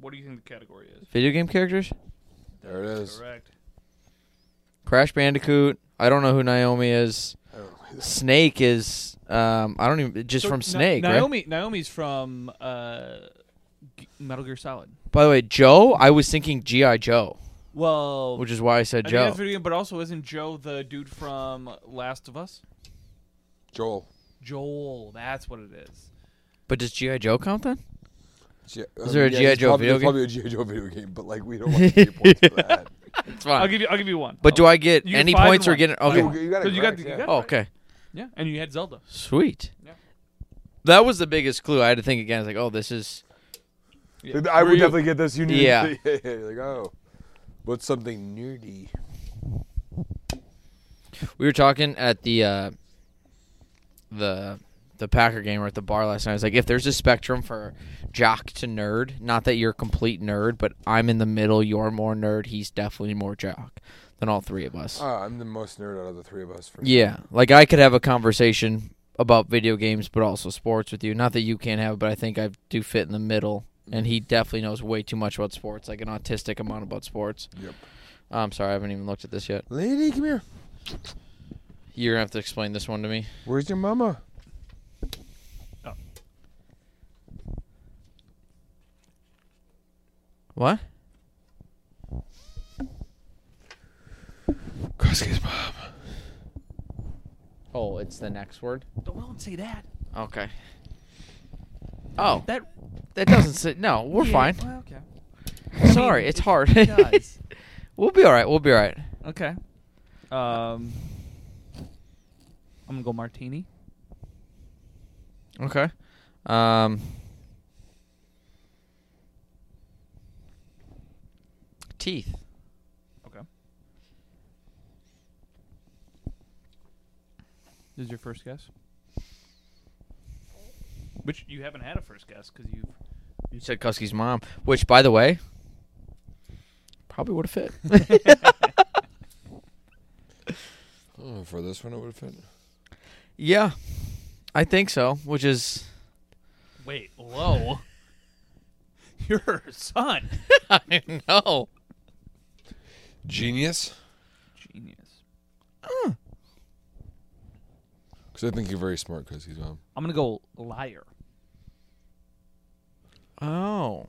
What do you think the category is? Video game characters. There it is. Correct. Crash Bandicoot. I don't know who Naomi is. I don't know this. Snake is. Um, I don't even just So from Na- Snake. right? Naomi. Naomi's from uh, G- Metal Gear Solid. By the way, Joe. I was thinking GI Joe, Well, which is why I said I think Joe. that's video game, but also isn't Joe the dude from Last of Us? Joel. Joel, that's what it is. But does GI Joe count then? Is there a G.I. Joe probably, video there's probably a G.I. Joe video game, but like we don't want to give you points for that. It's fine. I'll give you. I'll give you one. But do I get You get any five and points or one. get You okay? get- You got So it you got correct, the- yeah. you got- Oh, okay, Yeah, and you had Zelda. sweet. Yeah. That was the biggest clue. I had to think again. I was like, oh, this is Yeah. I Were would you- definitely get this. You need Yeah. yeah, yeah, like, oh. What's something nerdy? we were talking at the uh, the the Packer game or at the bar last night. I was like, if there's a spectrum for jock to nerd, not that you're a complete nerd, but I'm in the middle. You're more nerd. He's definitely more jock than all three of us. Oh, I'm the most nerd out of the three of us. For yeah, like I could have a conversation about video games, but also sports with you. Not that you can't have, it, but I think I do fit in the middle. And he definitely knows way too much about sports, like an autistic amount about sports. Yep. I'm sorry, I haven't even looked at this yet. Lady, come here. You're gonna have to explain this one to me. Where's your mama? What? Koski's mom. Oh, it's the next word. Don't, don't say that. Okay. Oh, That. that doesn't sit. No, we're yeah, fine. Well, okay. Sorry, mean, it's it- hard. it does. we'll be all right. We'll be all right. Okay. Um. I'm gonna go martini. Okay. Um. Teeth. Okay. This is your first guess? Which you haven't had a first guess because you've. You said Kuski's mom, which, by the way, probably would have fit. Oh, for this one, it would fit. yeah, I think so. Which is, Wait, whoa. You're her son. I know. Genius, Genius. because I think you're very smart, Koski's mom. I'm going to go liar. Oh.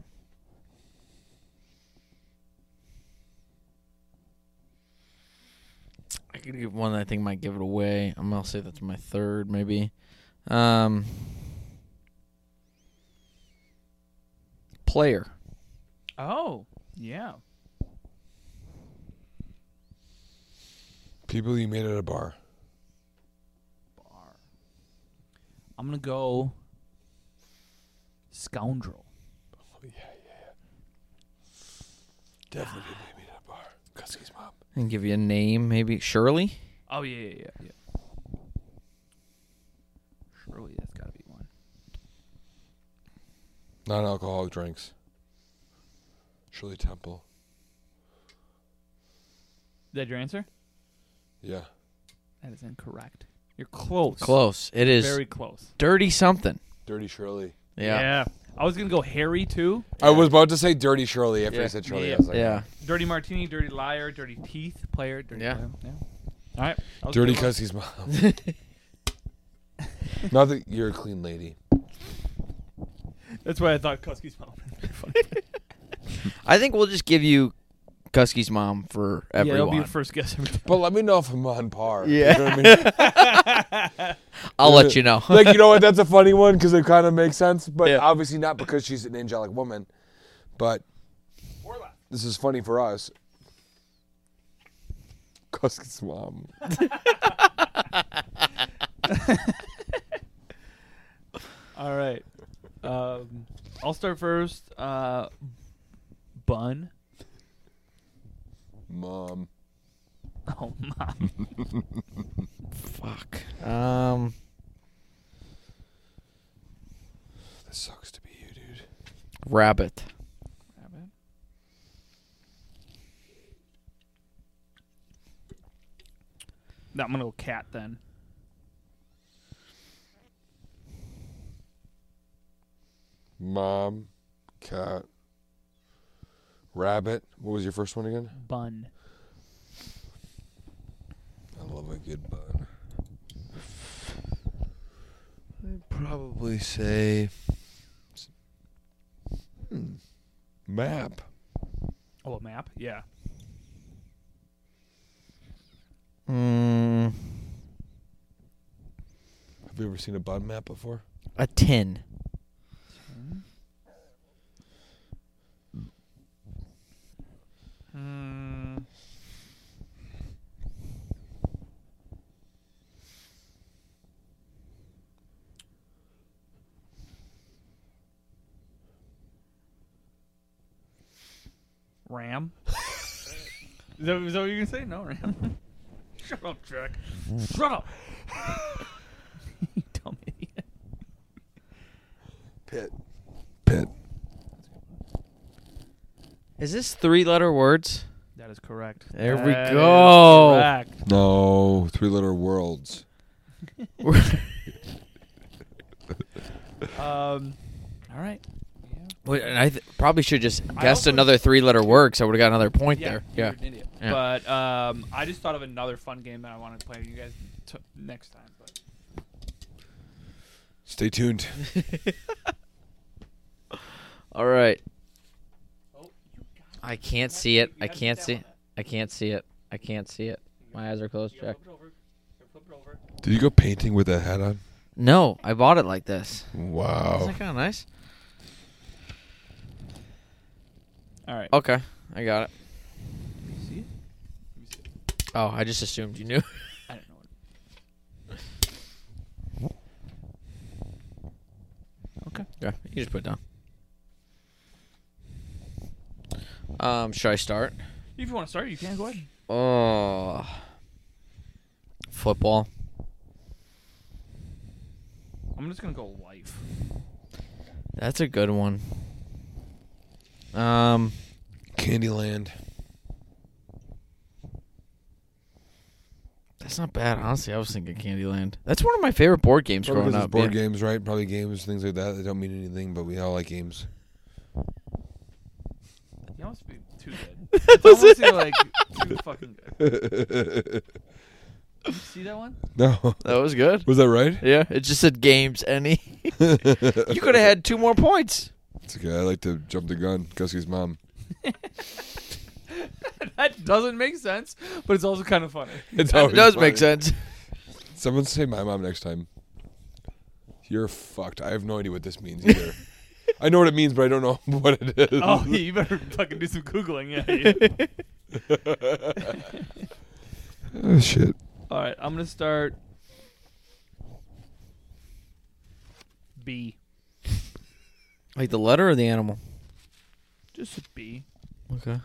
I could give one that I think might give it away. I'm gonna say that's my third, maybe. Um, player. Oh, yeah. People you made at a bar. I'm gonna go scoundrel. Definitely people you made at a bar. Cuskey's mom. And give you a name, maybe Shirley. Oh yeah, yeah, yeah. yeah. Surely that's gotta be one. Non-alcoholic drinks. Shirley Temple. Is that your answer? Yeah. That is incorrect. You're close. Close. It is Very close. dirty something. Dirty Shirley. Yeah. I was gonna go Harry too. I was about to say Dirty Shirley after Yeah. you said Shirley. Yeah. I was like, Yeah. Dirty Martini, Dirty Liar, Dirty Teeth Player, Dirty Yeah. Player. Yeah. All right. That was a Dirty good one. Cuskey's mom. Not that you're a clean lady. That's why I thought Cuskey's mom. I think we'll just give you Cuskey's mom for Yeah, everyone. that'll be your first guess every time. But let me know if I'm on par. Yeah. You know what I mean? I'll let you know. like you know what that's a funny one because it kind of makes sense but Yeah. obviously not because she's an angelic woman but this is funny for us Kusk's mom All right. Um, I'll start first. Uh, bun. mom Oh, mom. Fuck. Um. this sucks to be you dude Rabbit. No, I'm gonna go cat then. mom cat rabbit what was your first one again Bun. I love a good bun I'd probably say hmm, map Oh, a map. Yeah. Mm, have you ever seen a bun map before a tin. Mm, Ram. is, that, is that what you're gonna say? No, Ram. Shut up, Jack. Shut up. you dumb idiot. Pit. Pit. Is this three letter words? That is correct. There we That is go. correct. No, three letter worlds. Um, all right. Wait, and I th- probably should just I guessed also- another three letter word, so I would have got another point there. you're Yeah. an idiot. Yeah. But um, I just thought of another fun game that I wanted to play with you guys t- next time. But Stay tuned. All right. oh, you got I can't see it. I can't see. I can't see it. I can't see it. My eyes are closed. Jack. Flip it over. Flip it over. Did you go painting with that hat on? No, I bought it like this. Wow. Isn't that kind of nice? All right. Okay, I got it. You see it? Let me see it. Oh, I just assumed you knew. I don't know. What... Okay. yeah, you just put it down. Um, should I start? If you want to start, you can go ahead. Oh, football. I'm just gonna go life. That's a good one. Um, Candyland. that's not bad, honestly. I was thinking Candyland. That's one of my favorite board games growing Probably because up. it's board yeah. games, right? Probably games, things like that. They don't mean anything, but we all like games. You must be too good. It's honestly like too fucking good. You see that one? No. That was good. Was that right? Yeah, it just said games. Any. you could have had two more points. It's okay. I like to jump the gun. Kuski's mom. that doesn't make sense, but it's also kind of funny. It's That always does funny. make sense. Someone say my mom next time. You're fucked. I have no idea what this means either. I know what it means, but I don't know what it is. Oh, yeah, you better fucking do some googling. Yeah, yeah. Oh shit. All right, I'm gonna start. B, Like the letter or the animal? just a B. Okay.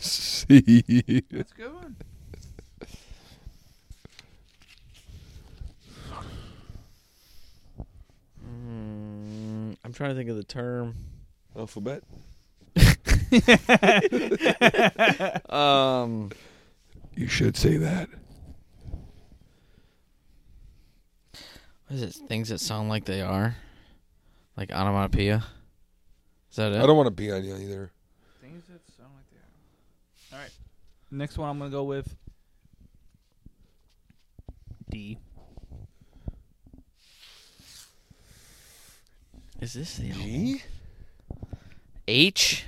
C. That's a good one. Mm, I'm trying to think of the term. Alphabet. Um, You should say that. what is it? Things that sound like they are, like onomatopoeia. Is that it? I don't want to be on you either. Things that sound like they are. All right, next one I'm gonna go with D. Is this the G? H?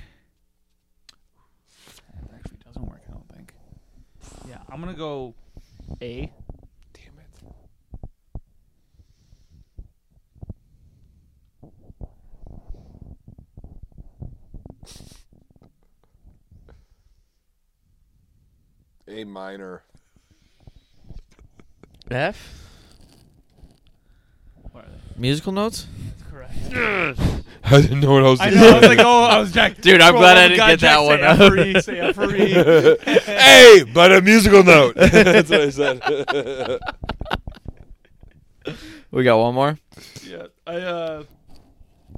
That actually doesn't work. I don't think. Yeah, I'm gonna go A. Damn it. A minor. F? What are they? Musical notes? That's correct. I didn't know what I was I doing. know. I was like, oh, I was Jack. Dude, I'm Oh, glad my I didn't God, get Jack, that one. Say F for E, say F for E. hey, but a musical note. That's what I said. We got one more. Yeah, I uh,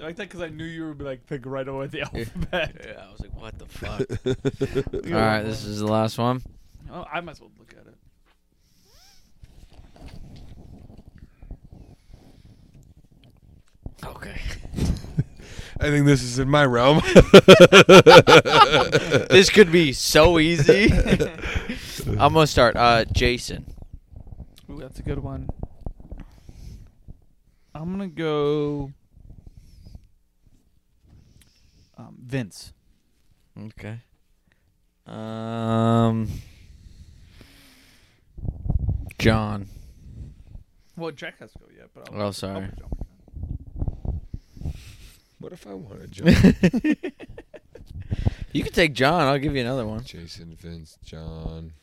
I like that because I knew you would be like think right away the alphabet. Yeah, I was like, what the fuck? All right, this is the last one. Oh, I might as well look at it. Okay. I think this is in my realm. this could be so easy. I'm gonna start. Uh, Jason. Ooh, that's a good one. I'm gonna go. Um, Vince. Okay. Um. John. Well, Jack has to go yet, but Oh, sorry. what if I want to jump? you can take John. I'll give you another one. Jason, Vince, John.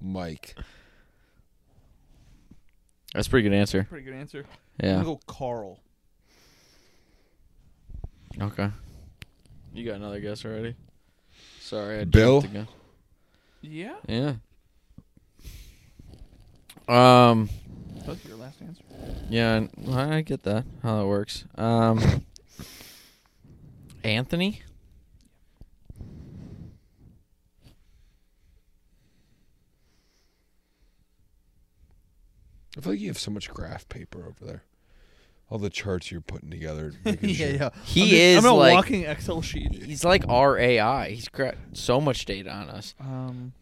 Mike. That's a pretty good answer. Pretty good answer. I'm Yeah. gonna go Carl. Okay. You got another guess already? Sorry, I Bill? jumped the gun. Yeah, Yeah. Um. that's your last answer. Yeah, n- I get that how that works. Um, Anthony. I feel like you have so much graph paper over there. All the charts you're putting together. making sure- He I'm just- is I'm a like walking Excel sheet. he's like our AI. He's got so much data on us. Um.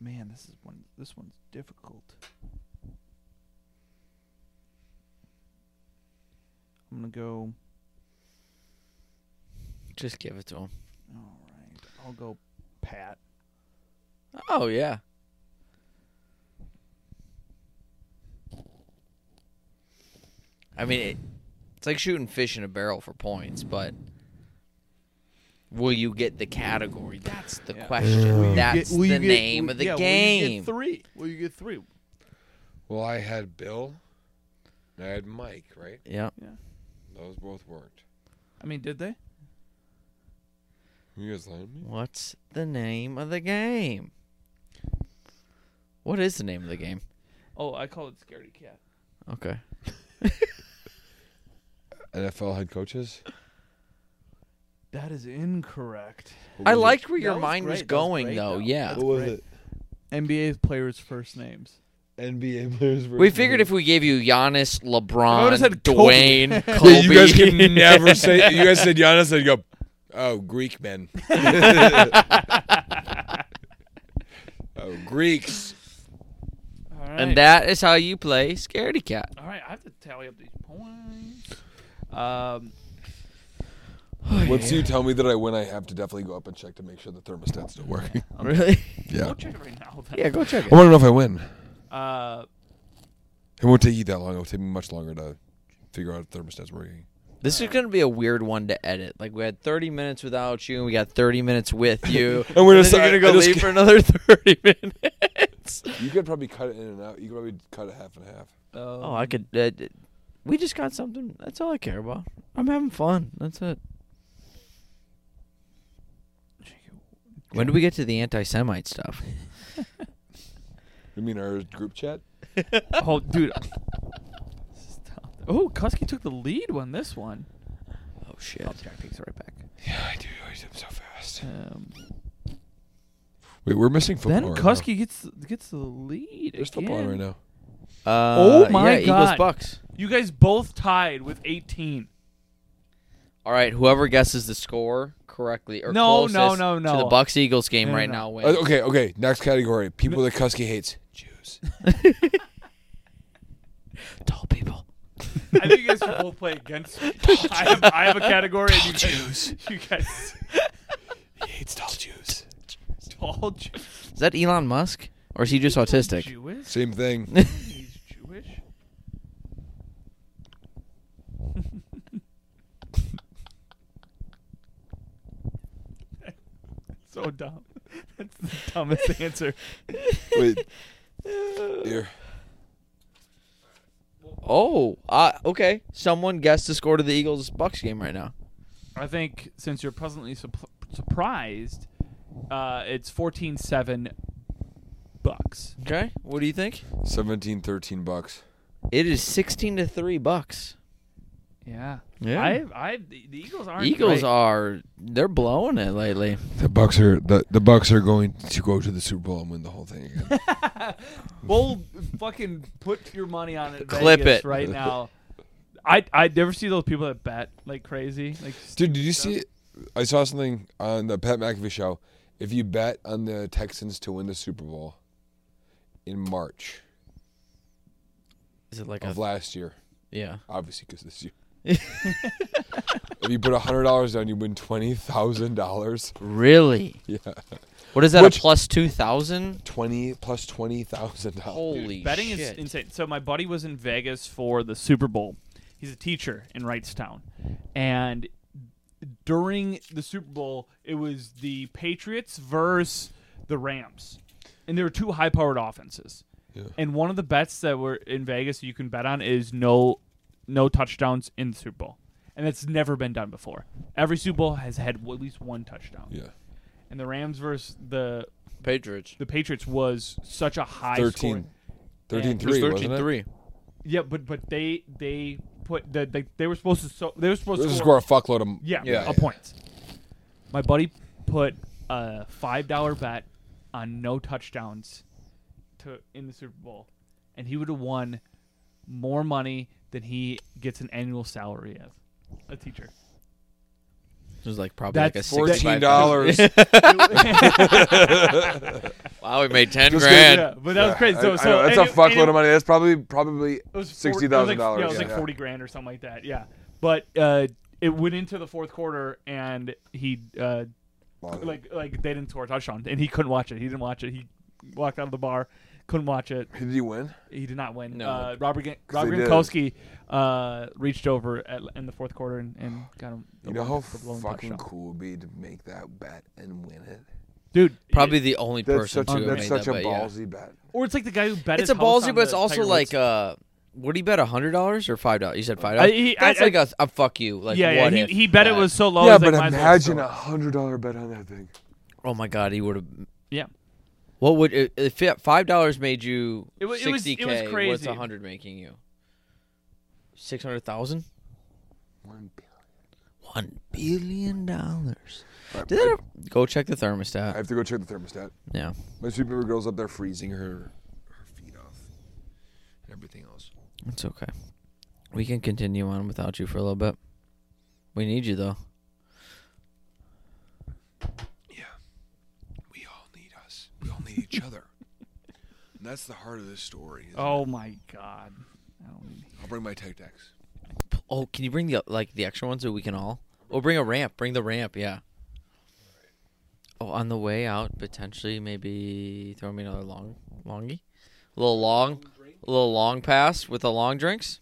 Man, this is one. This one's difficult. I'm gonna go. Just give it to him. All right, I'll go. Pat. Oh yeah. I mean, it, it's like shooting fish in a barrel for points, but will you get the category? That's the Yeah. question. That's will you the name will- of the yeah, will you game. get three. Will you get three? Well, I had Bill. and I had Mike, right? yeah. Those both worked. I mean, did they? You guys lying to me? What's the name of the game? What is the name of the game? Oh, I call it Scaredy Cat. Okay. NFL head coaches? That is incorrect. I liked where That your was mind was great. That was going great, though. though. Yeah. What was it? NBA players' first names. NBA players. We figured if we gave you Giannis, LeBron, would've said Kobe. Dwayne, Kobe. Yeah, you guys can never say. You guys said Giannis, and you go, oh, Greek men. oh, Greeks. All right. and that is how you play Scaredy Cat. All right, I have to tally up these points. Um, Once you tell me that I win, I have to definitely go up and check to make sure the thermostat's still working. Really? Yeah. Go check it right now. yeah, go check I it. want to know if I win. Uh, It won't take you that long. It'll take me much longer to figure out if the thermostat's working. This is gonna be a weird one to edit. Like we had 30 minutes without you, and we got 30 minutes with you, And we're then just- you're I- gonna I go just leave ca- for another 30 minutes. You could probably cut it in and out. You could probably cut it half and half. um, Oh, I could. Uh, d- we just got something. That's all I care about. I'm having fun. That's it. When do we get to the anti-Semite stuff? You mean our group chat? oh, dude. Stop. Oh, Kusky took the lead on this one. Oh shit! Jack takes it right back. Yeah, I do. I do so fast. Um, Wait, we're missing football. then right now. Kusky gets gets the lead. There's football on again. right now. Uh, Oh my yeah, Eagles God. Bucks. You guys both tied with 18. All right, whoever guesses the score correctly or No, no, closest no, to no. the Bucks Eagles game No, no, right no. now wins. Uh, okay, okay. Next category: people that Kusky hates. Jews. Tall people. I think you guys should both play against me. I have, I have a category. And you guys, you guys, He hates tall Jews. tall Jew- Is that Elon Musk or is he just autistic? Jewish. Same thing. He's Jewish. so dumb. That's the dumbest answer. Wait. Here. Oh, uh, okay. Someone guessed the score to the Eagles Bucks game right now. I think since you're pleasantly sup- surprised, uh, it's 14-7 bucks. Okay, what do you think? 17, 13 bucks. It is sixteen to three Bucks. Yeah. Yeah. I, I, the the Eagles aren't. Eagles great. are they're blowing it lately. The Bucks are the, the Bucks are going to go to the Super Bowl and win the whole thing again. Well, fucking put your money on it. in Clip Vegas it. right now. I I never see those people that bet like crazy. Like Dude, did you see? I saw something on the Pat McAfee show. If you bet on the Texans to win the Super Bowl in March Is it like of last year, yeah? obviously because this year, if you put hundred dollars down, you win twenty thousand dollars. Really? Yeah, What is that? Which- a plus two thousand? twenty plus twenty thousand dollars. Holy betting shit! is insane. So my buddy was in Vegas for the Super Bowl. He's a teacher in Wrightstown, and during the Super Bowl, it was the Patriots versus the Rams, and there were two high-powered offenses. Yeah. And one of the bets that were in Vegas you can bet on is no, no touchdowns in the Super Bowl, and that's never been done before. Every Super Bowl has had at least one touchdown, Yeah, and the Rams versus the Patriots. the Patriots was such a high scoring- 13, 13 3 wasn't it? three. yeah, but but they they put the they, they were supposed to so they were supposed This to is score, score a fuckload of yeah, yeah, a yeah. point. My buddy put a five dollar bet on no touchdowns to in the Super Bowl, and he would have won more money than he gets an annual salary as a teacher. It was like probably That's like a fourteen sixty-five dollars. Wow, we made ten Just grand. yeah, but that was crazy. So, I- I so know, that's and a it- and fuckload it- of money. That's probably probably It was four- sixty it was like- thousand dollars. Yeah, it was like forty grand or something like that. Yeah, but uh, it went into the fourth quarter and he uh, like like they didn't score a touchdown and he couldn't watch it. He didn't watch it. He walked out of the bar, couldn't watch it. Did you win? He did not win. No. Uh, Robert Gan- Robert did. Gronkowski uh, reached over at, in the fourth quarter and, and got him. the You know one- how the blown fucking touchdown. cool it'd be to make that bet and win it. dude. Probably it- the only That's person such to a, have that's made such that a bet, yeah. ballsy bet. or it's like the guy who bet. It's a his house ballsy, on but it's the also Tiger like Woods. uh, would he bet hundred dollars or five dollars? You said five I- dollars. he- That's I- like a a fuck you. Like yeah, yeah. what He, if he bet it that- was so low. yeah, Oh, it's like, but might as well imagine throw a it. hundred dollar bet on that thing. Oh my god, he would have. Yeah. What would i- if it- five dollars made you It wa- it was- sixty it was k? What's crazy. a hundred making you? Six hundred thousand. One billion. One billion dollars. All right, Did that ever, go check the thermostat? I have to go check the thermostat. yeah. My sleepover girl's up there freezing her her feet off and everything else. It's okay. We can continue on without you for a little bit. We need you though. Yeah, we all need us. We all need each other. And that's the heart of this story. isn't it? Oh my god. I don't I'll bring my tech decks. Oh, can you bring the like the extra ones so we can all? Oh, bring a ramp. Bring the ramp. Yeah. Oh, on the way out, potentially maybe throw me another long, longy, a little long, a little long pass with the long drinks.